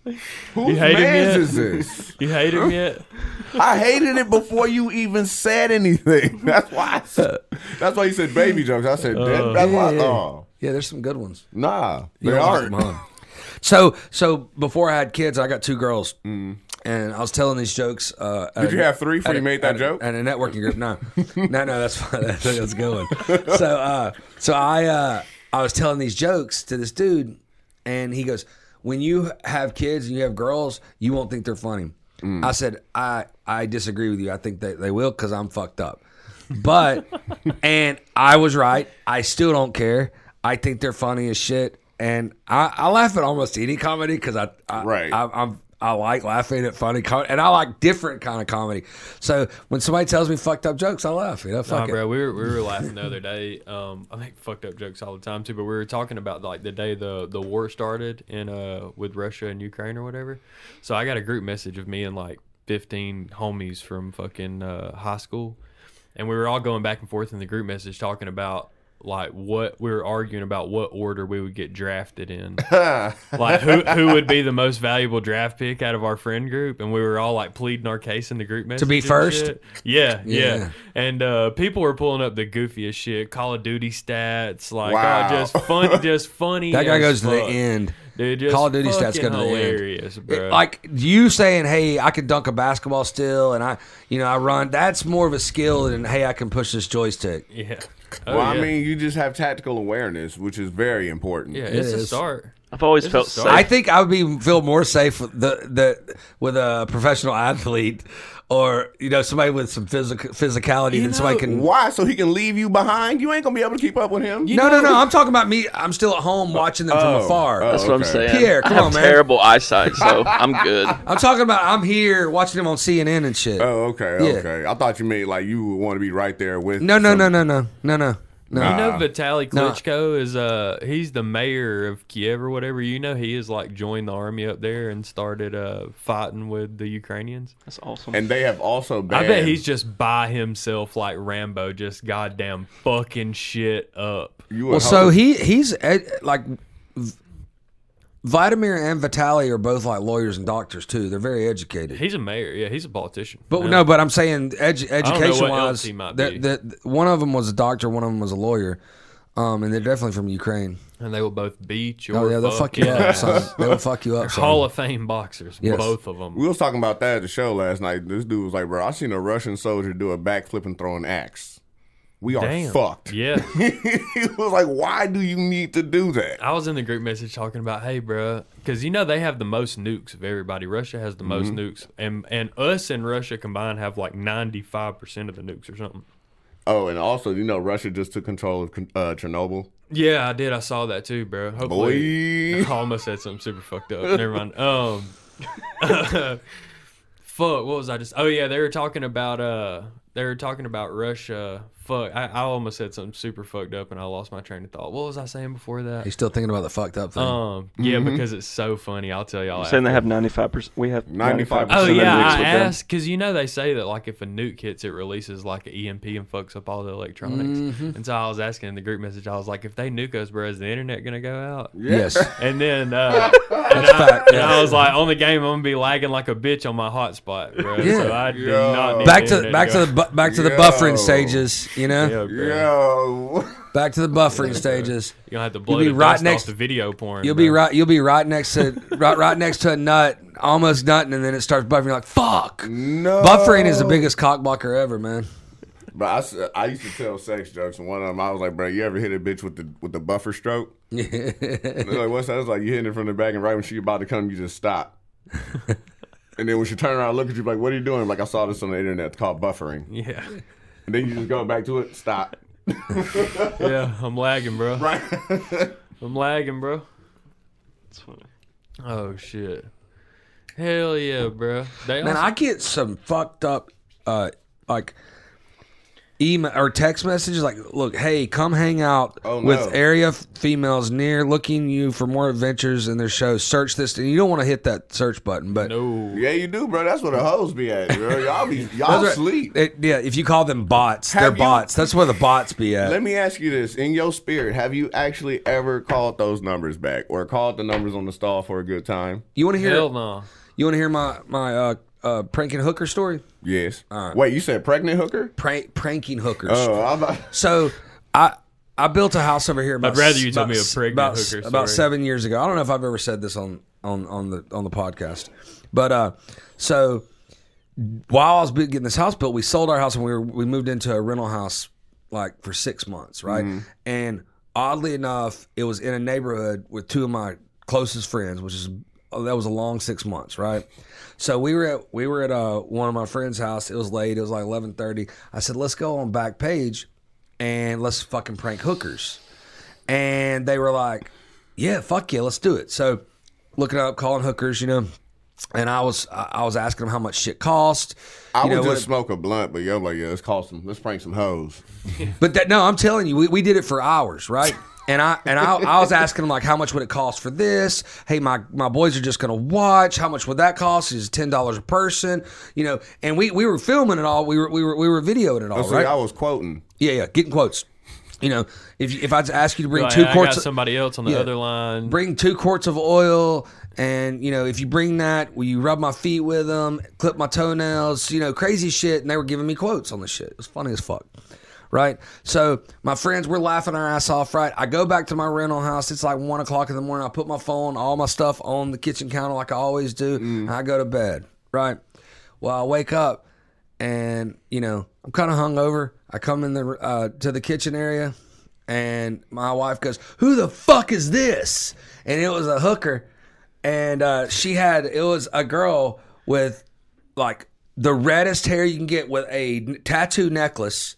S2: whose
S4: hate him
S2: man's
S4: yet?
S2: is this?
S4: You hate him yet?
S2: I hated it before you even said anything. That's why. I said, that's why you said baby jokes. I said dead. That's why.
S1: Uh, yeah.
S2: Oh
S1: Yeah, there's some good ones.
S2: nah,
S1: You
S2: they
S1: don't like
S2: aren't.
S1: them, huh? So, so before I had kids, I got two girls, and I was telling these jokes. Uh,
S2: Mm. Did you have three before you made that joke?
S1: And a networking group. No, no, no. That's fine. That's, that's a good one. So, uh, so I, uh, I was telling these jokes to this dude, and he goes, "When you have kids and you have girls, you won't think they're funny."
S2: Mm.
S1: I said, "I, I disagree with you. I think that they will because I'm fucked up." But, and I was right. I still don't care. I think they're funny as shit, and I, I laugh at almost any comedy because I, I,
S2: Right.
S1: I, I'm I like laughing at funny comedy, and I like different kind of comedy. So when somebody tells me fucked up jokes, I laugh. You know,
S4: Nah,
S1: fuck it.
S4: bro, we were, we were laughing the other day. Um, I make fucked up jokes all the time too, but we were talking about like the day the, the war started in uh with Russia and Ukraine or whatever. So I got a group message of me and like fifteen homies from fucking uh, high school, and we were all going back and forth in the group message talking about like what we were arguing about what order we would get drafted in like who, who would be the most valuable draft pick out of our friend group and we were all like pleading our case in the group message
S1: be
S4: and
S1: first?
S4: shit. yeah yeah,
S1: Yeah.
S4: and uh people were pulling up the goofiest shit call of duty stats like
S2: Wow.
S4: oh, just fun just funny
S1: That guy goes
S4: as
S1: to the
S4: fuck.
S1: end.
S4: dude just
S1: Call of Duty stats
S4: fucking
S1: go to the end.
S4: hilarious
S1: It-
S4: bro
S1: like you saying, "Hey, I can dunk a basketball still," and I, you know, I run. That's more of a skill than, "Hey, I can push this joystick."
S4: yeah Oh,
S2: well,
S4: yeah.
S2: I mean, you just have tactical awareness, which is very important.
S4: yeah it's a
S1: is.
S4: start
S5: I've always
S4: This
S5: felt
S4: is
S5: safe.
S4: dark.
S1: I think I would be feel more safe with the the with a professional athlete or you know somebody with some physical physicality
S2: You
S1: than somebody
S2: know
S1: can.
S2: Why? So he can leave you behind? You ain't gonna be able to keep up with him.
S1: No, no, no. I'm talking about me. I'm still at home watching them from
S2: Oh,
S1: afar.
S2: oh.
S5: That's what I'm
S2: Okay.
S5: saying.
S1: Pierre,
S5: I
S1: come
S5: have
S1: on, man.
S5: terrible eyesight, so I'm good.
S1: I'm talking about I'm here watching them on CNN and shit.
S2: Oh, okay,
S1: Yeah.
S2: okay. I thought you meant like you would want to be right there with.
S1: no, no,
S2: some-
S1: no, no, no, no, no, no.
S4: You know Vitaly Klitschko is uh he's the mayor of Kiev or whatever. You know he is like joined the army up there and started uh fighting with the Ukrainians.
S5: That's awesome.
S2: And they have also banned.
S4: I bet he's just by himself like Rambo, just goddamn fucking shit up.
S2: You would
S1: Well,
S2: hope-
S1: so he he's eh, like V- Vladimir and Vitaly are both like lawyers and doctors too. They're very educated.
S4: He's a mayor, yeah. He's a politician.
S1: But
S4: Yeah.
S1: no, but I'm saying edu-
S4: what
S1: education
S4: else
S1: wise,
S4: he might
S1: the-
S4: be.
S1: the- one of them was a doctor, one of them was a lawyer. Um, and they're definitely from Ukraine.
S4: and they will both beat your.
S1: Oh yeah, they'll fuck you up. Son. They will fuck you up. Son.
S4: Hall of Fame boxers,
S1: Yes.
S4: both of them.
S2: We was talking about that at the show last night. This dude was like, "Bro, I seen a Russian soldier do a backflip and throw an axe. We are
S4: Damn.
S2: fucked."
S4: Yeah.
S2: he was like, "Why do you need to do that?"
S4: I was in the group message talking about, hey, bruh, because you know they have the most nukes of everybody. Russia has the most
S1: Mm-hmm.
S4: nukes, and and us and Russia combined have like ninety five percent of the nukes or something.
S2: Oh, and also, you know, Russia just took control of uh, Chernobyl.
S4: Yeah, I did. I saw that too, bro. Hopefully, I
S2: Boy,
S4: almost said something super fucked up. Never mind. Um, fuck. What was I just? Oh yeah, they were talking about uh, they were talking about Russia. Fuck, I, I almost said something super fucked up, and I lost my train of thought. What was I saying before that?
S1: He's still thinking about the fucked up thing.
S4: Um, yeah, because it's so funny. I'll tell y'all.
S5: I'm
S4: after.
S5: saying Mm-hmm. they have 95%. We have
S2: 95%
S5: 95%
S2: So
S4: Oh
S5: of
S2: then
S4: yeah,
S5: nukes
S4: I
S5: with them.
S4: asked because you know they say that like if a nuke hits, it releases like an EMP and fucks up all the electronics.
S5: Mm-hmm.
S4: And so I was asking in the group message, I was like, if they nuke us, bro, is the internet gonna go out?
S1: Yes.
S4: And then uh, and, I, and I was like, on the game, I'm gonna be lagging like a bitch on my hotspot, bro. So
S1: Yeah.
S4: I do
S2: Yo.
S4: not need
S1: back
S4: the
S1: to
S4: internet
S1: back to
S4: go.
S1: the bu- back to the
S2: Yo.
S1: buffering stages. You know,
S4: Yeah, bro.
S2: yo,
S1: back to the buffering stages.
S4: You're gonna have to blow
S1: be
S4: the
S1: right
S4: dust
S1: next-
S4: off the video porn.
S1: You'll be
S4: bro.
S1: right. You'll be right next to right, right next to a nut, almost nutting, and then it starts buffering. You're like, fuck.
S2: no.
S1: Buffering is the biggest cock blocker ever, man.
S2: But I, s- I used to tell sex jokes, and one of them I was like, "Bro, you ever hit a bitch with the with the buffer stroke?" They're like, "What's that?" I was like, "You hitting it from the back, and right when she about to come, you just stop." and then when she turn around, and look at you like, "What are you doing?" Like I saw this on the internet. It's called buffering.
S4: Yeah,
S2: And then you just go back to it, stop.
S4: yeah, I'm lagging, bro.
S2: Right.
S4: I'm lagging, bro.
S5: It's funny.
S4: Oh shit. Hell yeah, bro. They
S1: Man,
S4: also-
S1: I get some fucked up, uh, like email or text messages like, "Look, hey, come hang out
S2: Oh, no.
S1: with area f- females near looking you for more adventures in their show. Search this, and you don't want to hit that search button, but."
S4: no.
S2: yeah, you do, bro. That's where the hoes be at, bro. Y'all be y'all
S1: Those are-
S2: sleep.
S1: It- yeah, if you call them bots, they're
S2: Have you-
S1: bots. That's where the bots be at.
S2: Let me ask you this: In your spirit, have you actually ever called those numbers back, or called the numbers on the stall for a good time?
S1: you want to hear?
S4: Hell no.
S1: You want to hear my my uh, uh, pranking hooker story?
S2: Yes. Wait, you said pregnant hooker?
S1: Prank, pranking hookers.
S2: Oh, I'm about,
S1: So I I built a house over here. About,
S4: I'd rather you tell
S1: about-
S4: me a pregnant
S1: about,
S4: hooker
S1: About
S4: story.
S1: seven years ago. I don't know if I've ever said this on on on the on the podcast, but uh, so while I was getting this house built, we sold our house and we were, we moved into a rental house like for six months, right? And oddly enough, it was in a neighborhood with two of my closest friends, which is oh, that was a long six months, right? So we were at we were at uh, one of my friend's house. It was late. It was like eleven thirty. I said, "Let's go on back page, and let's fucking prank hookers." And they were like, "Yeah, fuck yeah, let's do it." So looking up, calling hookers, you know. And I was I I was asking them how much shit cost.
S2: I
S1: you
S2: would
S1: know, what
S2: just smoke a blunt, but yo, like, yeah, let's call some, let's prank some hoes.
S1: But that, no, I'm telling you, we, we did it for hours, right? And I and I, I was asking him like, how much would it cost for this? Hey, my my boys are just gonna watch. How much would that cost? Is it ten dollars a person? You know, and we, we were filming it all. We were we were we were videoing it all,
S2: So
S1: right?
S2: I was quoting.
S1: yeah, yeah, getting quotes. You know, if you- if I ask you to bring
S4: Like,
S1: two
S4: I
S1: quarts,
S4: got somebody else on the
S1: Yeah.
S4: other line.
S1: bring two quarts of oil, and you know, if you bring that, will you rub my feet with them? Clip my toenails? You know, crazy shit. And they were giving me quotes on this shit. It was funny as fuck right? So my friends were laughing our ass off, right? I go back to my rental house. It's like one o'clock in the morning. I put my phone, all my stuff on the kitchen counter like I always do, and I go to bed, right? Well, I wake up and you know I'm kind of hungover. I come in the uh, to the kitchen area, and my wife goes, "Who the fuck is this?" And it was a hooker, and uh, she had it was a girl with like the reddest hair you can get with a n- tattoo necklace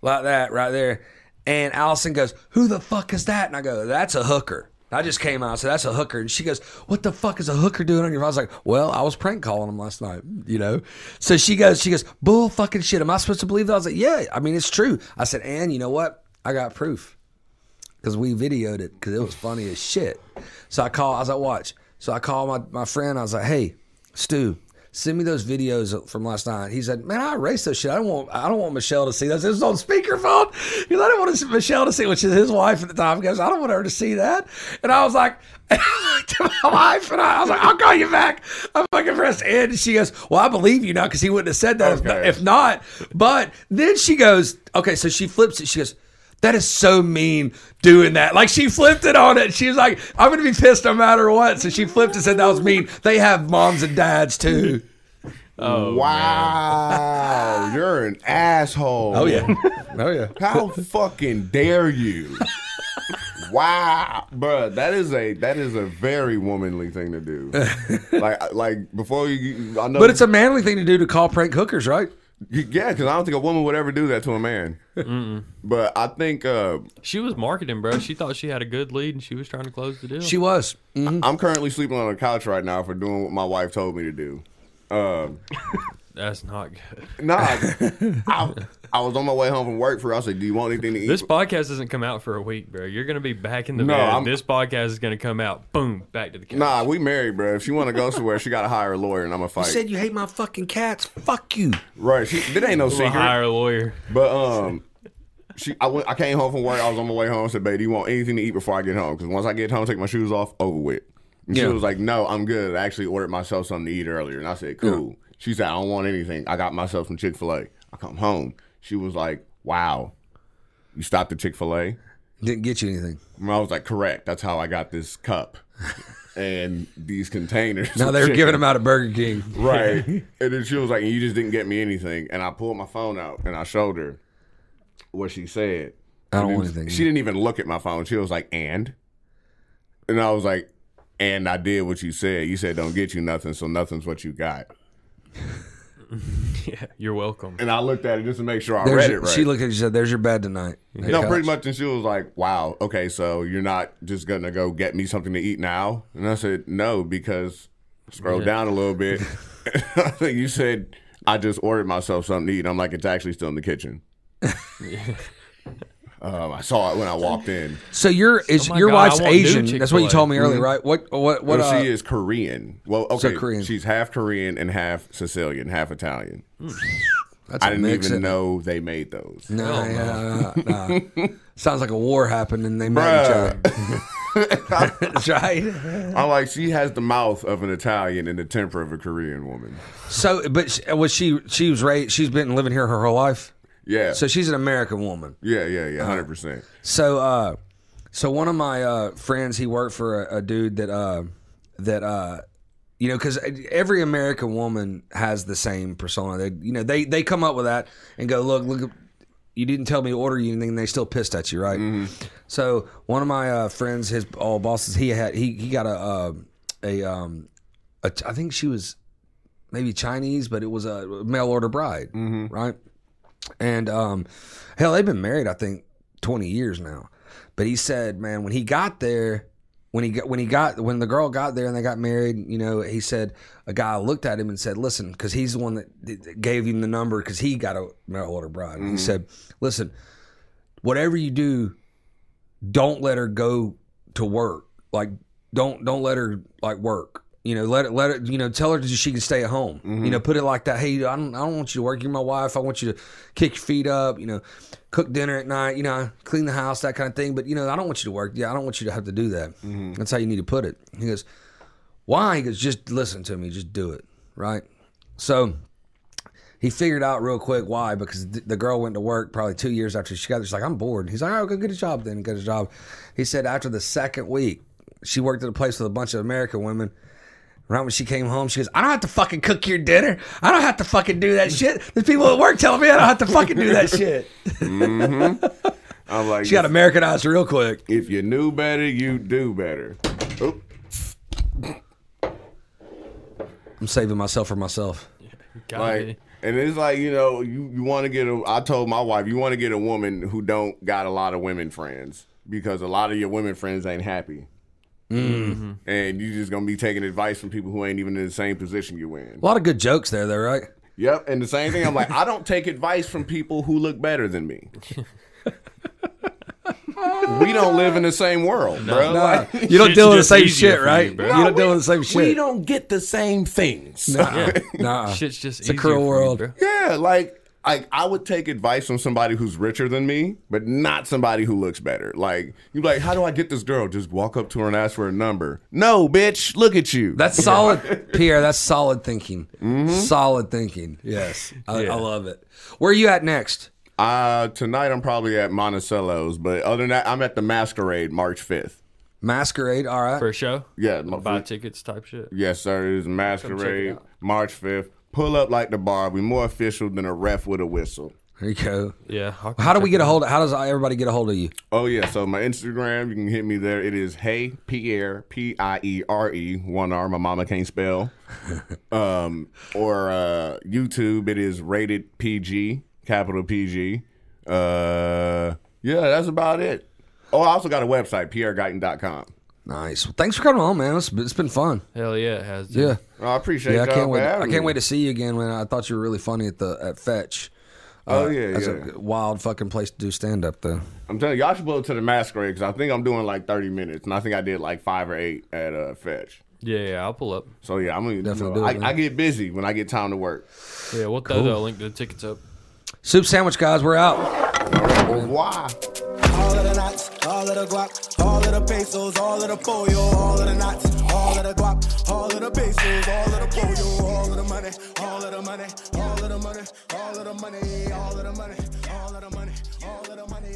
S1: like that right there. And Allison goes, "Who the fuck is that?" And I go, "That's a hooker." I just came out, so that's a hooker. And she goes, "What the fuck is a hooker doing on your?" phone?" I was like, "Well, I was prank calling him last night, you know." So she goes, "She goes, bull fucking shit. Am I supposed to believe that?" I was like, "Yeah, I mean it's true." I said, "And you know what? I got proof because we videoed it because it was funny as shit." So I call. I was like, "Watch." So I call my my friend. I was like, "Hey, Stu." Send me those videos from last night. He said, "Man, I erased those shit. I don't want. I don't want Michelle to see those. It was on speakerphone. He said, I don't want Michelle to see, which is his wife at the time. He goes, I don't want her to see that. And I was like, to my wife and I, I was like, I'll call you back. I'm fucking pressed in. And she goes, Well, I believe you now because he wouldn't have said that if-
S2: Okay.
S1: if not. But then she goes, Okay, so she flips it. She goes, That is so mean doing that. Like she flipped it on it. She was like, I'm gonna be pissed no matter what. So she flipped and said that was mean. They have moms and dads too. Oh,
S2: wow, you're an asshole.
S1: Oh yeah. Oh yeah.
S2: How fucking dare you? wow, bruh, that is a that is a very womanly thing to do. like like before you, I know,
S1: But it's a manly thing to do to call prank hookers, right?
S2: you, yeah, because I don't think a woman would ever do that to a man. But I think uh,
S4: She was marketing, bro. She thought she had a good lead and she was trying to close the deal.
S1: She was. Mhm.
S2: I'm currently sleeping on a couch right now for doing what my wife told me to do. Um,
S4: That's not good.
S2: nah, I, I was on my way home from work for. I said, "Do you want anything to eat?"
S4: This podcast doesn't come out for a week, bro. You're gonna be back in the
S2: No,
S4: bed.
S2: I'm-
S4: This podcast is gonna come out. Boom, back to the couch.
S2: Nah, we married, bro. If she want to go somewhere, she got to hire a lawyer, and I'm gonna fight.
S1: You said you hate my fucking cats. Fuck you.
S2: right? She, it ain't no
S4: We'll
S2: secret.
S4: hire a lawyer.
S2: But um, she, I went, I came home from work. I was on my way home. I said, "Babe, do you want anything to eat before I get home? Because once I get home, take my shoes off, over with." And She
S1: Yeah.
S2: was like, "No, I'm good. I actually ordered myself something to eat earlier." And I said, "Cool." She said, "I don't want anything. I got myself some Chick Fil A." I come home. She was like, "Wow, you stopped at Chick Fil A?"
S1: Didn't get you anything.
S2: And I was like, "Correct. That's how I got this cup." And these containers.
S1: No,
S2: of
S1: they were
S2: chicken."
S1: giving them out at Burger King.
S2: Right. and then she was like, You just didn't get me anything. And I pulled my phone out and I showed her what she said.
S1: I don't
S2: And
S1: want anything.
S2: She didn't even look at my phone. She was like, And? And I was like, And I did what you said. You said, Don't get you nothing. So nothing's what you got.
S4: Yeah, you're welcome.
S2: And I looked at it just to make sure I
S1: There's
S2: read
S1: your-
S2: it right.
S1: She looked at you and said, There's your bed tonight.
S2: no, pretty much. And she was like, Wow. Okay. So you're not just going to go get me something to eat now? And I said, No, because scroll down a little bit. I think you said, I just ordered myself something to eat. And I'm like, It's actually still in the kitchen. um, I saw it when I walked in.
S1: So your is
S4: Oh my
S1: your
S4: God,
S1: wife's
S4: I want new
S1: Asian. That's what you
S4: Chick-fil-A.
S1: told me earlier, right? What what what?
S2: Mm-hmm. Well,
S1: uh,
S2: she is Korean. Well, okay.
S1: Korean.
S2: She's half Korean and half Sicilian, half Italian.
S1: that's
S2: I
S1: a
S2: didn't even
S1: mix, isn't it?
S2: know they made those.
S1: Nah, yeah, nah. Sounds like a war happened and they met each other.
S2: Bruh.
S1: That's right.
S2: I'm like, she has the mouth of an Italian and the temper of a Korean woman.
S1: So, but she, was she? She was raised. She's been living here her whole life.
S2: Yeah.
S1: So she's an American woman.
S2: yeah, yeah, yeah.
S1: Uh-huh.
S2: 100%.
S1: So, uh, so one of my uh, friends, he worked for a, a dude that uh, that uh, you know, because every American woman has the same persona. They, you know, they they come up with that and go, look, look, you didn't tell me to order you anything. And they still pissed at you, right? So one of my uh, friends, his old bosses, he had he he got a uh, a um, a, I think she was maybe Chinese, but it was a mail order bride, right? And um, hell, they've been married, I think, twenty years now. But he said, man, when he got there, when he got when he got when the girl got there and they got married, you know, he said a guy looked at him and said, "Listen," because he's the one that d- that gave him the number because he got a mail order bride. He said, "Listen, whatever you do, don't let her go to work. Like, don't don't let her like work." You know, let it, let it. You know, tell her that she can stay at home. You know, put it like that. Hey, I don't, I don't want you to work. You're my wife. I want you to kick your feet up. You know, cook dinner at night. You know, clean the house, that kind of thing. But you know, I don't want you to work. Yeah, I don't want you to have to do that. That's how you need to put it. He goes, why? He goes, just listen to me, just do it, right? So he figured out real quick why because th- the girl went to work probably two years after she got there. She's like, I'm bored. He's like, all right, go get a job then. Get a job. He said after the second week, she worked at a place with a bunch of American women. Right when she came home, she goes, I don't have to fucking cook your dinner. I don't have to fucking do that shit. There's people at work telling me I don't have to fucking do that shit.
S2: I'm like,
S1: She got Americanized real quick.
S2: If you knew better, you do better.
S1: Uh-huh.
S2: Oop.
S1: I'm saving myself for myself.
S4: God,
S2: Like, and it's like you know, you, you want to get a. I told my wife, you want to get a woman who don't got a lot of women friends because a lot of your women friends ain't happy,
S1: Mm-hmm.
S2: and you just gonna be taking advice from people who ain't even in the same position you in.
S1: A lot of good jokes there, though, right?
S2: Yep, and the same thing. I'm like, I don't take advice from people who look better than me. we don't live in the same world, bro.
S1: Nah,
S2: Like,
S1: you don't
S4: Shit's
S1: deal with the
S4: just
S1: same
S4: easier
S1: shit,
S4: for
S1: right?
S4: you,
S1: You,
S4: bro.
S1: don't deal with the same
S2: we
S1: shit.
S2: don't get the same things.
S1: Nah,
S4: Yeah.
S1: nah.
S4: shit's just
S1: Uh, a
S4: easier
S1: cruel
S4: for me,
S1: world.
S4: bro.
S2: Yeah, like like I would take advice from somebody who's richer than me, but not somebody who looks better. Like you like, how do I get this girl? Just walk up to her and ask for a number. No, bitch, look at you.
S1: That's solid, Pierre. That's
S2: Mm-hmm.
S1: solid thinking. Solid thinking. Yes, I,
S4: Yeah.
S1: I love it. Where are you at next?
S2: Uh, tonight I'm probably at Monticello's, but other than that, I'm at the Masquerade March 5th.
S1: Masquerade, all right.
S4: for a show.
S2: Yeah, my-
S4: Buy tickets type shit.
S2: yes, sir. It's Masquerade
S4: out.
S2: March 5th. Pull up like the bar. We more official than a ref with a whistle.
S1: There you go.
S4: Yeah. I'll
S1: How do we
S4: check
S1: get a
S4: it out.
S1: hold? How does everybody get a hold of you?
S2: Oh yeah, so my Instagram, you can hit me there. It is Hey Pierre P I E R E one R. My mama can't spell. um, or uh, YouTube, it is rated PG, capital PG. Uh, yeah, that's about it. Oh, I also got a website, pierreguyton.com.
S1: Nice. Well, thanks for coming on, man. It's, it's been fun.
S4: Hell yeah, it has. dude.
S1: Yeah.
S2: Oh, I appreciate.
S1: Yeah, I
S2: y'all
S1: can't
S2: for
S1: wait. I
S2: having
S1: can't
S2: me.
S1: wait to see you again, man. I thought you were really funny at the at Fetch.
S2: Oh yeah,
S1: That's
S2: yeah.
S1: a wild fucking place to do stand up, though.
S2: I'm telling you, y'all should pull up to the masquerade because I think I'm doing like 30 minutes, and I think I did like five or eight at uh, Fetch.
S4: Yeah, yeah, I'll pull up.
S2: So yeah, I'm gonna.
S1: Definitely
S2: Definitely
S1: do it, man.
S2: I, I get busy when I get time to work.
S4: Yeah, we'll throw the link to the tickets up.
S1: Soup sandwich, guys. We're out.
S2: Why?
S3: All of the knots, all of the guap, all of the pesos, all of the pollo, all of the knots, all of the guap, all of the pesos, all of the pollo, all of the money, all of the money, all of the money, all of the money, all of the money, all of the money, all of the money.